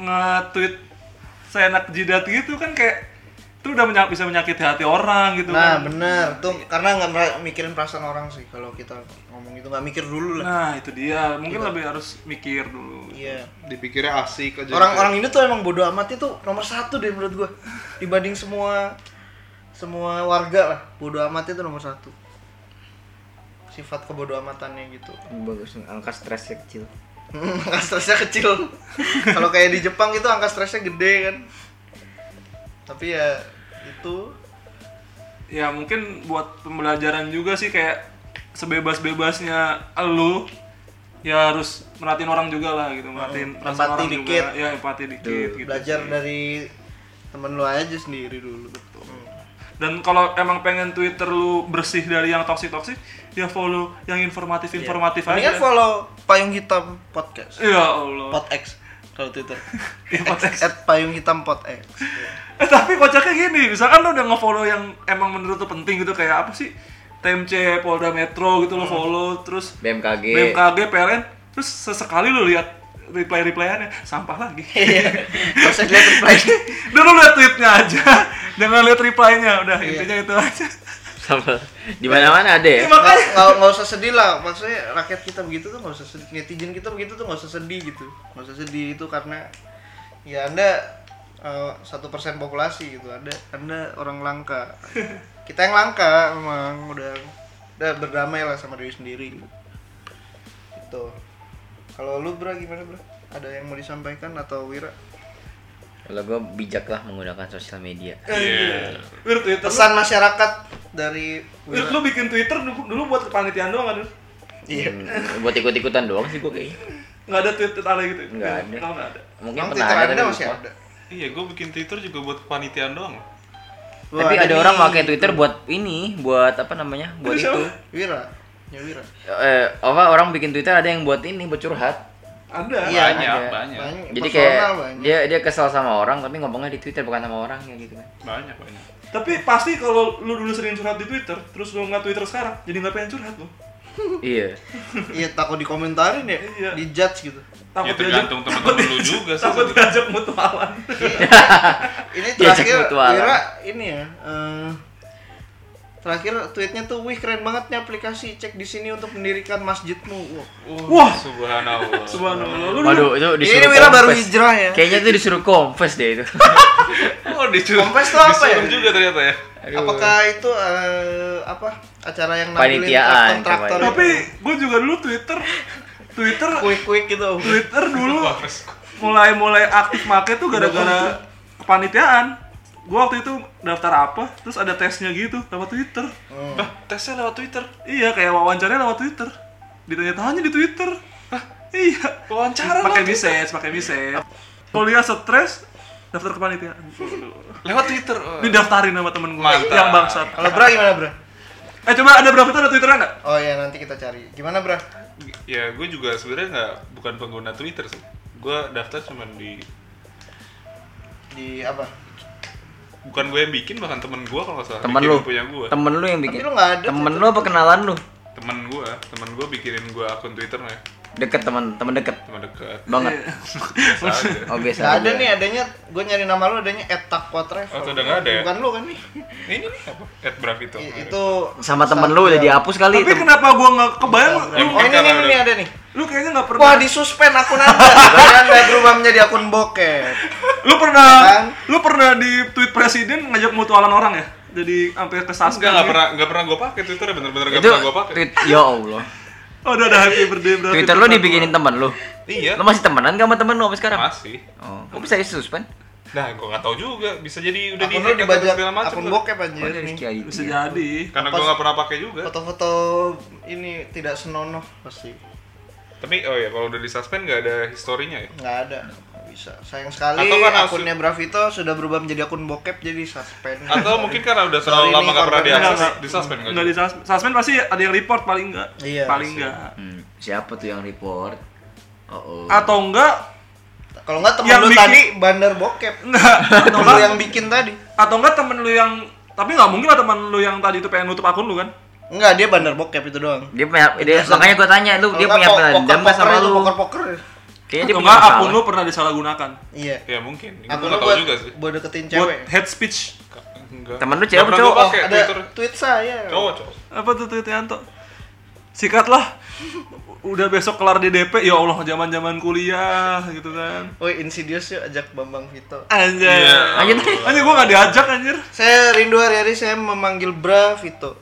Speaker 2: nge-tweet seenak jidat gitu kan kayak itu udah menyak- bisa menyakiti hati orang gitu
Speaker 1: Nah
Speaker 2: kan.
Speaker 1: bener tuh karena nggak mera- mikirin perasaan orang sih kalau kita ngomong itu nggak mikir dulu lah.
Speaker 2: Nah, itu dia. Mungkin lebih harus mikir dulu.
Speaker 1: Iya.
Speaker 3: Dipikirnya asik aja.
Speaker 1: Orang-orang Indo tuh emang bodoh amat itu nomor satu deh menurut gua dibanding semua semua warga lah bodoh amat itu nomor satu sifat kebodoh amatannya gitu
Speaker 4: Bagus angka stresnya kecil.
Speaker 1: Hmm, angka stresnya kecil kalau kayak di Jepang itu angka stresnya gede kan tapi ya itu
Speaker 2: ya mungkin buat pembelajaran juga sih kayak sebebas-bebasnya elu ya harus merhatiin orang juga lah gitu merhatiin perasaan
Speaker 1: Hmm, empati
Speaker 2: orang
Speaker 1: dikit.
Speaker 2: juga ya empati dikit gitu
Speaker 1: belajar
Speaker 2: sih.
Speaker 1: dari temen lu aja sendiri dulu gitu.
Speaker 2: dan kalau emang pengen Twitter lu bersih dari yang toksik-toksik ya follow yang informatif-informatif aja
Speaker 1: Iya. mendingan kan follow Payung Hitam Podcast
Speaker 2: ya Allah
Speaker 1: Pot X kalau Twitter
Speaker 2: Iya, Pot
Speaker 1: X, at Payung Hitam Pot X
Speaker 2: eh tapi kocaknya gini misalkan lu udah nge-follow yang emang menurut lu penting gitu kayak apa sih TMC Polda Metro gitu
Speaker 1: Hmm.
Speaker 2: lo follow terus
Speaker 4: BMKG.
Speaker 2: BMKG, PLN, terus sesekali lu lihat reply-replyannya, sampah lagi.
Speaker 1: Iya. Gak usah lihat reply.
Speaker 2: Dan lu lihat tweetnya aja, jangan lihat reply-nya, udah
Speaker 4: Iya.
Speaker 2: intinya itu aja.
Speaker 4: Sama. Di mana-mana ada
Speaker 2: Ya,
Speaker 4: ya.
Speaker 2: makanya
Speaker 1: Nggak nggak usah sedih lah. Maksudnya rakyat kita begitu tuh nggak usah sedih. Netizen kita begitu tuh nggak usah sedih gitu. Nggak usah sedih itu karena ya anda eh, satu persen populasi gitu. Anda anda orang langka. Kita yang langka emang udah udah berdamai lah sama diri sendiri. Gitu. Kalau lu bro gimana bro? Ada yang mau disampaikan atau Wira?
Speaker 4: Kalau gue bijaklah menggunakan sosial media.
Speaker 3: Iya.
Speaker 2: Wir Twitter,
Speaker 1: Pesan masyarakat dari
Speaker 2: Wir,
Speaker 1: Wira.
Speaker 2: lu bikin Twitter dulu, dulu buat kepanitiaan doang kan? Wir?
Speaker 1: Iya.
Speaker 4: Hmm, buat ikut-ikutan doang sih gue kayaknya.
Speaker 2: Nggak ada tweet ala gitu?
Speaker 4: Nggak ada.
Speaker 2: Oh, nggak ada.
Speaker 4: Mungkin
Speaker 1: Emang
Speaker 4: pernah
Speaker 1: Twitter
Speaker 4: ada kan
Speaker 1: anda
Speaker 4: tapi
Speaker 1: masih
Speaker 4: lupa.
Speaker 1: ada?
Speaker 3: Iya, gue bikin Twitter juga buat kepanitiaan doang.
Speaker 1: Wah,
Speaker 4: Tapi ada orang
Speaker 1: nih.
Speaker 4: pakai Twitter buat ini, buat apa namanya? Buat
Speaker 2: Itu
Speaker 4: itu.
Speaker 2: siapa?
Speaker 1: Wira, ya Wira.
Speaker 4: Eh, apa orang bikin Twitter ada yang buat ini, buat curhat.
Speaker 2: Ada.
Speaker 1: Iya,
Speaker 3: banyak,
Speaker 4: ada.
Speaker 3: banyak, banyak,
Speaker 4: Jadi
Speaker 1: personal
Speaker 4: kayak
Speaker 1: banyak.
Speaker 4: dia dia kesel sama orang tapi ngomongnya di Twitter bukan sama orang kayak gitu kan.
Speaker 3: banyak.
Speaker 2: Tapi pasti kalau lu dulu sering curhat di Twitter, terus lu nggak Twitter sekarang, jadi nggak pengen curhat lu.
Speaker 4: iya.
Speaker 3: Ya,
Speaker 1: Iya, takut dikomentarin ya,
Speaker 2: Iya.
Speaker 1: di judge gitu.
Speaker 2: Takut
Speaker 3: Ya
Speaker 2: diajak,
Speaker 3: tergantung teman-teman lu juga sih.
Speaker 2: takut
Speaker 3: sebenarnya.
Speaker 2: diajak mutualan.
Speaker 1: Ini
Speaker 4: Diajak
Speaker 1: terakhir
Speaker 4: mutualan.
Speaker 1: Wira ini ya. eh, terakhir tweetnya tuh, wih keren banget nih aplikasi. Cek di sini untuk mendirikan masjidmu. Wah.
Speaker 2: Wah.
Speaker 3: Uh, subhanallah.
Speaker 2: Subhanallah. Lu dulu
Speaker 4: Waduh, itu disuruh.
Speaker 1: Ini Wira baru
Speaker 4: confess.
Speaker 1: hijrah ya.
Speaker 4: Kayaknya tuh disuruh confess deh itu.
Speaker 3: Oh, disuruh.
Speaker 1: Kompes tuh apa ya?
Speaker 3: disuruh juga ternyata ya.
Speaker 4: Aduh.
Speaker 1: Apakah itu eh, apa acara yang
Speaker 4: Panitiaan, ya.
Speaker 1: traktor-traktor?
Speaker 2: tapi gue juga dulu Twitter Twitter
Speaker 1: kuik-kuik gitu.
Speaker 2: Twitter dulu mulai mulai aktif make tuh gara-gara kepanitiaan gue waktu itu daftar apa terus ada tesnya gitu lewat Twitter
Speaker 1: Hmm.
Speaker 3: Bah, tesnya lewat Twitter.
Speaker 2: iya kayak wawancaranya lewat Twitter ditanya-tanya di Twitter Hah? iya
Speaker 3: Wawancara
Speaker 2: pakai
Speaker 3: lewat
Speaker 2: message pakai message kuliah stres daftar kepanitiaan
Speaker 3: Lewat Twitter. Oh.
Speaker 2: didaftarin sama temen gue
Speaker 3: Mantap.
Speaker 2: yang bangsat
Speaker 1: Kalau Bra gimana Bra?
Speaker 2: eh coba ada berapa tuh ada Twitternya nggak
Speaker 1: Oh iya nanti kita cari. Gimana Bra?
Speaker 3: Ya, gue juga sebenarnya nggak bukan pengguna Twitter sih. Gue daftar cuman di
Speaker 1: Di apa?
Speaker 3: bukan gue yang bikin bahkan temen gue kalau nggak salah
Speaker 4: Temen
Speaker 3: bikin
Speaker 4: lu.
Speaker 3: punya gue
Speaker 4: Temen lu yang
Speaker 1: Tapi
Speaker 4: bikin.
Speaker 1: lu nggak ada
Speaker 4: Temen lu apa kenalan lu?
Speaker 3: temen gue temen gue bikinin gue akun ya, twitternya
Speaker 4: Deket teman teman deket
Speaker 3: Teman dekat.
Speaker 4: banget.
Speaker 3: Biasa aja.
Speaker 4: Oh biasa.
Speaker 1: Gak Iya. ada
Speaker 4: aja.
Speaker 1: nih adanya, gue nyari nama lu adanya Etakwa Travel
Speaker 3: Oh, tuh udah nggak ada ya?
Speaker 1: Bukan lu kan nih
Speaker 3: Ini nih apa? At Bravito.
Speaker 1: I- Itu
Speaker 4: Sama temen lu udah dihapus kali.
Speaker 2: Tapi
Speaker 4: tem-
Speaker 2: kenapa gua nggak kebayang lu,
Speaker 1: Oh ini ini, ini ada nih
Speaker 2: lu kayaknya nggak pernah.
Speaker 1: Wah disuspend akun anda Jangan nggak berubah menjadi akun bokep
Speaker 2: Lu pernah
Speaker 1: Kan?
Speaker 2: lu pernah di tweet presiden ngajak mutualan orang ya? Jadi sampai ke
Speaker 3: Enggak,
Speaker 2: suspend
Speaker 3: enggak
Speaker 2: gitu.
Speaker 3: pernah enggak pernah gue pakai Twitter ya, bener-bener enggak
Speaker 4: itu
Speaker 3: pernah gue pakai.
Speaker 4: tweet ya Allah.
Speaker 2: Oh, udah ada happy birthday berarti.
Speaker 4: Twitter lu dibikinin temen lu.
Speaker 3: Iya.
Speaker 4: Lu masih temenan gak sama temen lu sampai sekarang?
Speaker 3: Masih.
Speaker 4: Oh, kok bisa suspend?
Speaker 3: Nah, gue nggak tahu juga. Bisa jadi udah
Speaker 1: Akun lu
Speaker 3: di-hack atau
Speaker 1: dibajak
Speaker 3: segala macam
Speaker 1: akun
Speaker 3: tuh.
Speaker 1: bokep
Speaker 4: Oh,
Speaker 1: anjir
Speaker 4: dari
Speaker 1: nih.
Speaker 4: Rizky Aidi.
Speaker 2: Bisa jadi.
Speaker 3: Karena
Speaker 1: Apa
Speaker 3: gue
Speaker 1: sih?
Speaker 3: nggak pernah pakai juga.
Speaker 1: Foto-foto ini tidak senonoh pasti
Speaker 3: Tapi oh ya kalau udah di suspend nggak ada historinya ya.
Speaker 1: nggak ada nggak bisa sayang sekali
Speaker 3: Atau kan harus-
Speaker 1: akunnya Bravito sudah berubah menjadi akun bokep jadi suspend
Speaker 3: Atau mungkin karena udah
Speaker 1: Sorry
Speaker 3: terlalu lama
Speaker 1: nih,
Speaker 3: nggak pernah
Speaker 1: korban.
Speaker 3: diakses,
Speaker 2: Nggak,
Speaker 3: di suspend nggak
Speaker 2: Enggak di
Speaker 3: juga?
Speaker 2: suspend. Suspend pasti ada yang report paling enggak.
Speaker 1: Iya,
Speaker 2: paling
Speaker 1: pasti.
Speaker 2: enggak.
Speaker 4: Hmm, siapa tuh yang report? Oh, oh.
Speaker 2: Atau enggak
Speaker 1: kalau nggak temen
Speaker 2: Yang
Speaker 1: lu
Speaker 2: bikin-
Speaker 1: tadi bandar bokep
Speaker 2: enggak atau
Speaker 1: temen lu
Speaker 2: enggak
Speaker 1: yang bikin tadi
Speaker 2: atau enggak temen lu yang tapi nggak mungkin lah temen lu yang tadi itu pengen nutup akun lu kan?
Speaker 1: Enggak, dia bandar bokep itu doang
Speaker 4: Dia punya, dia, makanya gue tanya
Speaker 2: Eh,
Speaker 4: lu dia
Speaker 1: Kalau
Speaker 4: punya
Speaker 1: nggak, Iya, po-
Speaker 4: dendam gak sama
Speaker 1: poker-poker itu,
Speaker 4: lu?
Speaker 1: Poker-poker ya.
Speaker 4: Kayaknya dia
Speaker 2: Atau
Speaker 4: punya
Speaker 2: enggak akun lu
Speaker 4: masalah.
Speaker 2: pernah disalahgunakan
Speaker 1: Iya
Speaker 3: Ya mungkin. Gue
Speaker 1: Aku
Speaker 3: nggak tahu
Speaker 1: buat,
Speaker 3: juga sih.
Speaker 1: buat deketin
Speaker 2: buat
Speaker 1: cewek
Speaker 2: head speech.
Speaker 3: Enggak.
Speaker 4: Temen lu
Speaker 3: Nggak
Speaker 4: cewek apa
Speaker 3: pernah gua
Speaker 4: cowok?
Speaker 3: pakai
Speaker 1: ada
Speaker 3: Twitter.
Speaker 1: tweet saya
Speaker 3: Cowok, cowok.
Speaker 2: Apa tuh tweet Yanto? Sikatlah. Udah besok kelar di DP. Ya Allah, zaman-zaman kuliah gitu kan.
Speaker 1: Woi Insidious yuk ajak Bambang Vito
Speaker 2: Anjay.
Speaker 3: Iya.
Speaker 4: Ayo
Speaker 2: Anjir gua gak diajak anjir.
Speaker 1: Saya rindu hari-hari saya memanggil Bra Vito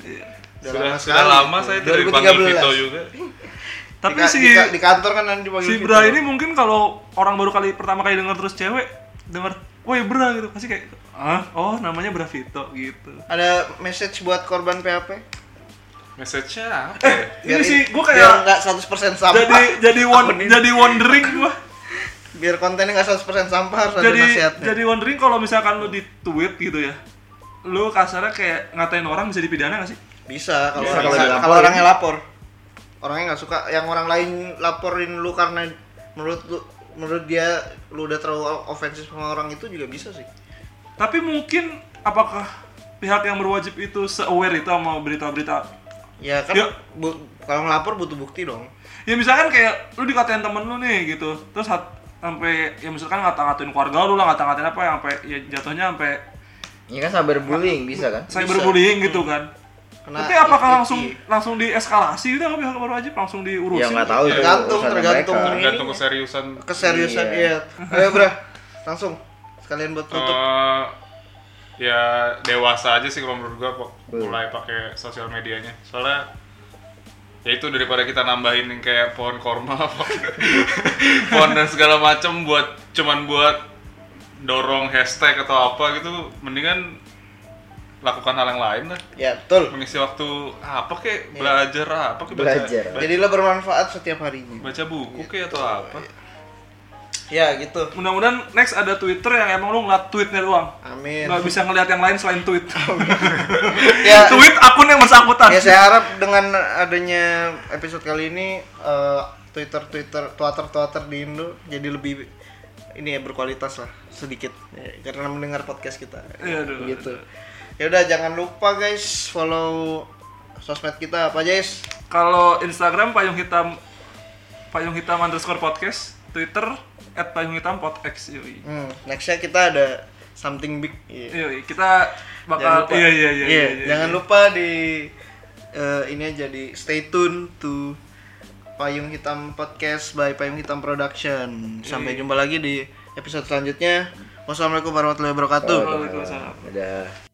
Speaker 1: Iya. Udah
Speaker 3: Sudah,
Speaker 1: lama
Speaker 3: sudah
Speaker 1: sekali.
Speaker 3: lama saya tidak dipanggil
Speaker 1: 2013.
Speaker 3: Vito juga.
Speaker 2: Tapi
Speaker 1: di, ka-
Speaker 2: si
Speaker 1: di, ka- di kantor kan nanti dipanggil
Speaker 2: si
Speaker 1: Vito.
Speaker 2: Bra ini mungkin kalau orang baru kali pertama kali denger terus cewek denger, "Woi Bra" gitu. Pasti kayak, "Ah, oh namanya Bra Vito" gitu.
Speaker 1: Ada message buat korban PHP
Speaker 3: Message-nya apa ya?
Speaker 1: Iya,
Speaker 2: Ini sih gua
Speaker 1: biar
Speaker 2: kayak
Speaker 1: nggak 100% sampah.
Speaker 2: jadi jadi won-
Speaker 1: Akun Iya, ini.
Speaker 2: jadi wondering gua.
Speaker 1: biar kontennya nggak 100% sampah harus ada
Speaker 2: jadi
Speaker 1: nasihatnya.
Speaker 2: jadi wondering kalau misalkan lu di tweet gitu ya. Lu kasarnya kayak ngatain orang bisa dipidana gak sih?
Speaker 1: Bisa kalau
Speaker 4: Bisa,
Speaker 1: orang-
Speaker 4: kalau dilaporin.
Speaker 1: kalau orangnya lapor. Orangnya nggak suka yang orang lain laporin lu karena menurut lu menurut dia lu udah terlalu ofensif sama orang itu juga bisa sih.
Speaker 2: Tapi mungkin apakah pihak yang berwajib itu se-aware itu sama berita-berita
Speaker 1: Ya kan
Speaker 2: Ya.
Speaker 1: bu- kalau ngelapor butuh bukti dong.
Speaker 2: ya misalkan kayak lu dikatain temen lu nih gitu terus hat- sampai ya misalkan ngata-ngatain keluarga lu lah ngata-ngatain apa yang sampai ya jatuhnya sampai
Speaker 4: Ini kan cyberbullying bisa kan?
Speaker 2: cyberbullying gitu kan
Speaker 1: Hmm. Kena
Speaker 2: tapi apakah
Speaker 1: i- i-
Speaker 2: langsung
Speaker 1: i- Iya,
Speaker 2: langsung dieseskalasi gitu nggak pihak berwajib langsung diurusin
Speaker 4: Ya nggak tahu itu
Speaker 1: Tergantung,
Speaker 4: urusan
Speaker 1: tergantung.
Speaker 4: mereka.
Speaker 3: Tergantung keseriusan
Speaker 1: keseriusan
Speaker 4: Iya.
Speaker 1: iya. Ayo, Bra. Langsung sekalian buat tutup.
Speaker 3: eh, ya dewasa aja sih kalau menurut gua pok- mulai pakai sosial medianya. Soalnya ya itu daripada kita nambahin yang kayak pohon korma, pohon- pohon dan segala macem buat cuman buat dorong hashtag atau apa gitu, mendingan lakukan hal yang lain lah.
Speaker 1: Ya, betul.
Speaker 3: Mengisi waktu apa kek, belajar apa kek, baca,
Speaker 4: Belajar.
Speaker 1: Jadilah bermanfaat setiap harinya.
Speaker 3: baca buku kek atau apa.
Speaker 1: Ya, gitu.
Speaker 2: mudah-mudahan next ada twitter yang emang lu ngeliat tweetnya doang
Speaker 1: Amin.
Speaker 2: nggak bisa ngeliat yang lain selain tweet
Speaker 1: Iya. Ya,
Speaker 2: tweet akun yang bersangkutan
Speaker 1: ya saya harap dengan adanya episode kali ini eh, Twitter Twitter Twitter Twitter di Indo jadi lebih ini ya berkualitas lah sedikit ya, karena mendengar podcast kita
Speaker 2: Iya, aduh.
Speaker 1: gitu ya udah jangan lupa guys follow sosmed kita apa aja guys
Speaker 2: kalau instagram payung hitam payung hitam underscore podcast twitter at payung hitam pod x yoi.
Speaker 1: hmm, nextnya kita ada something big Iya.
Speaker 2: Iya, kita bakal
Speaker 1: lupa.
Speaker 2: iya iya iya.
Speaker 1: Iya,
Speaker 2: iya,
Speaker 1: jangan
Speaker 2: iya.
Speaker 1: lupa di eh, ini aja di stay tune to Payung Hitam Podcast by Payung Hitam Production. Sampai
Speaker 2: Iya.
Speaker 1: jumpa lagi di episode selanjutnya. Wassalamualaikum warahmatullahi wabarakatuh.
Speaker 4: Udah.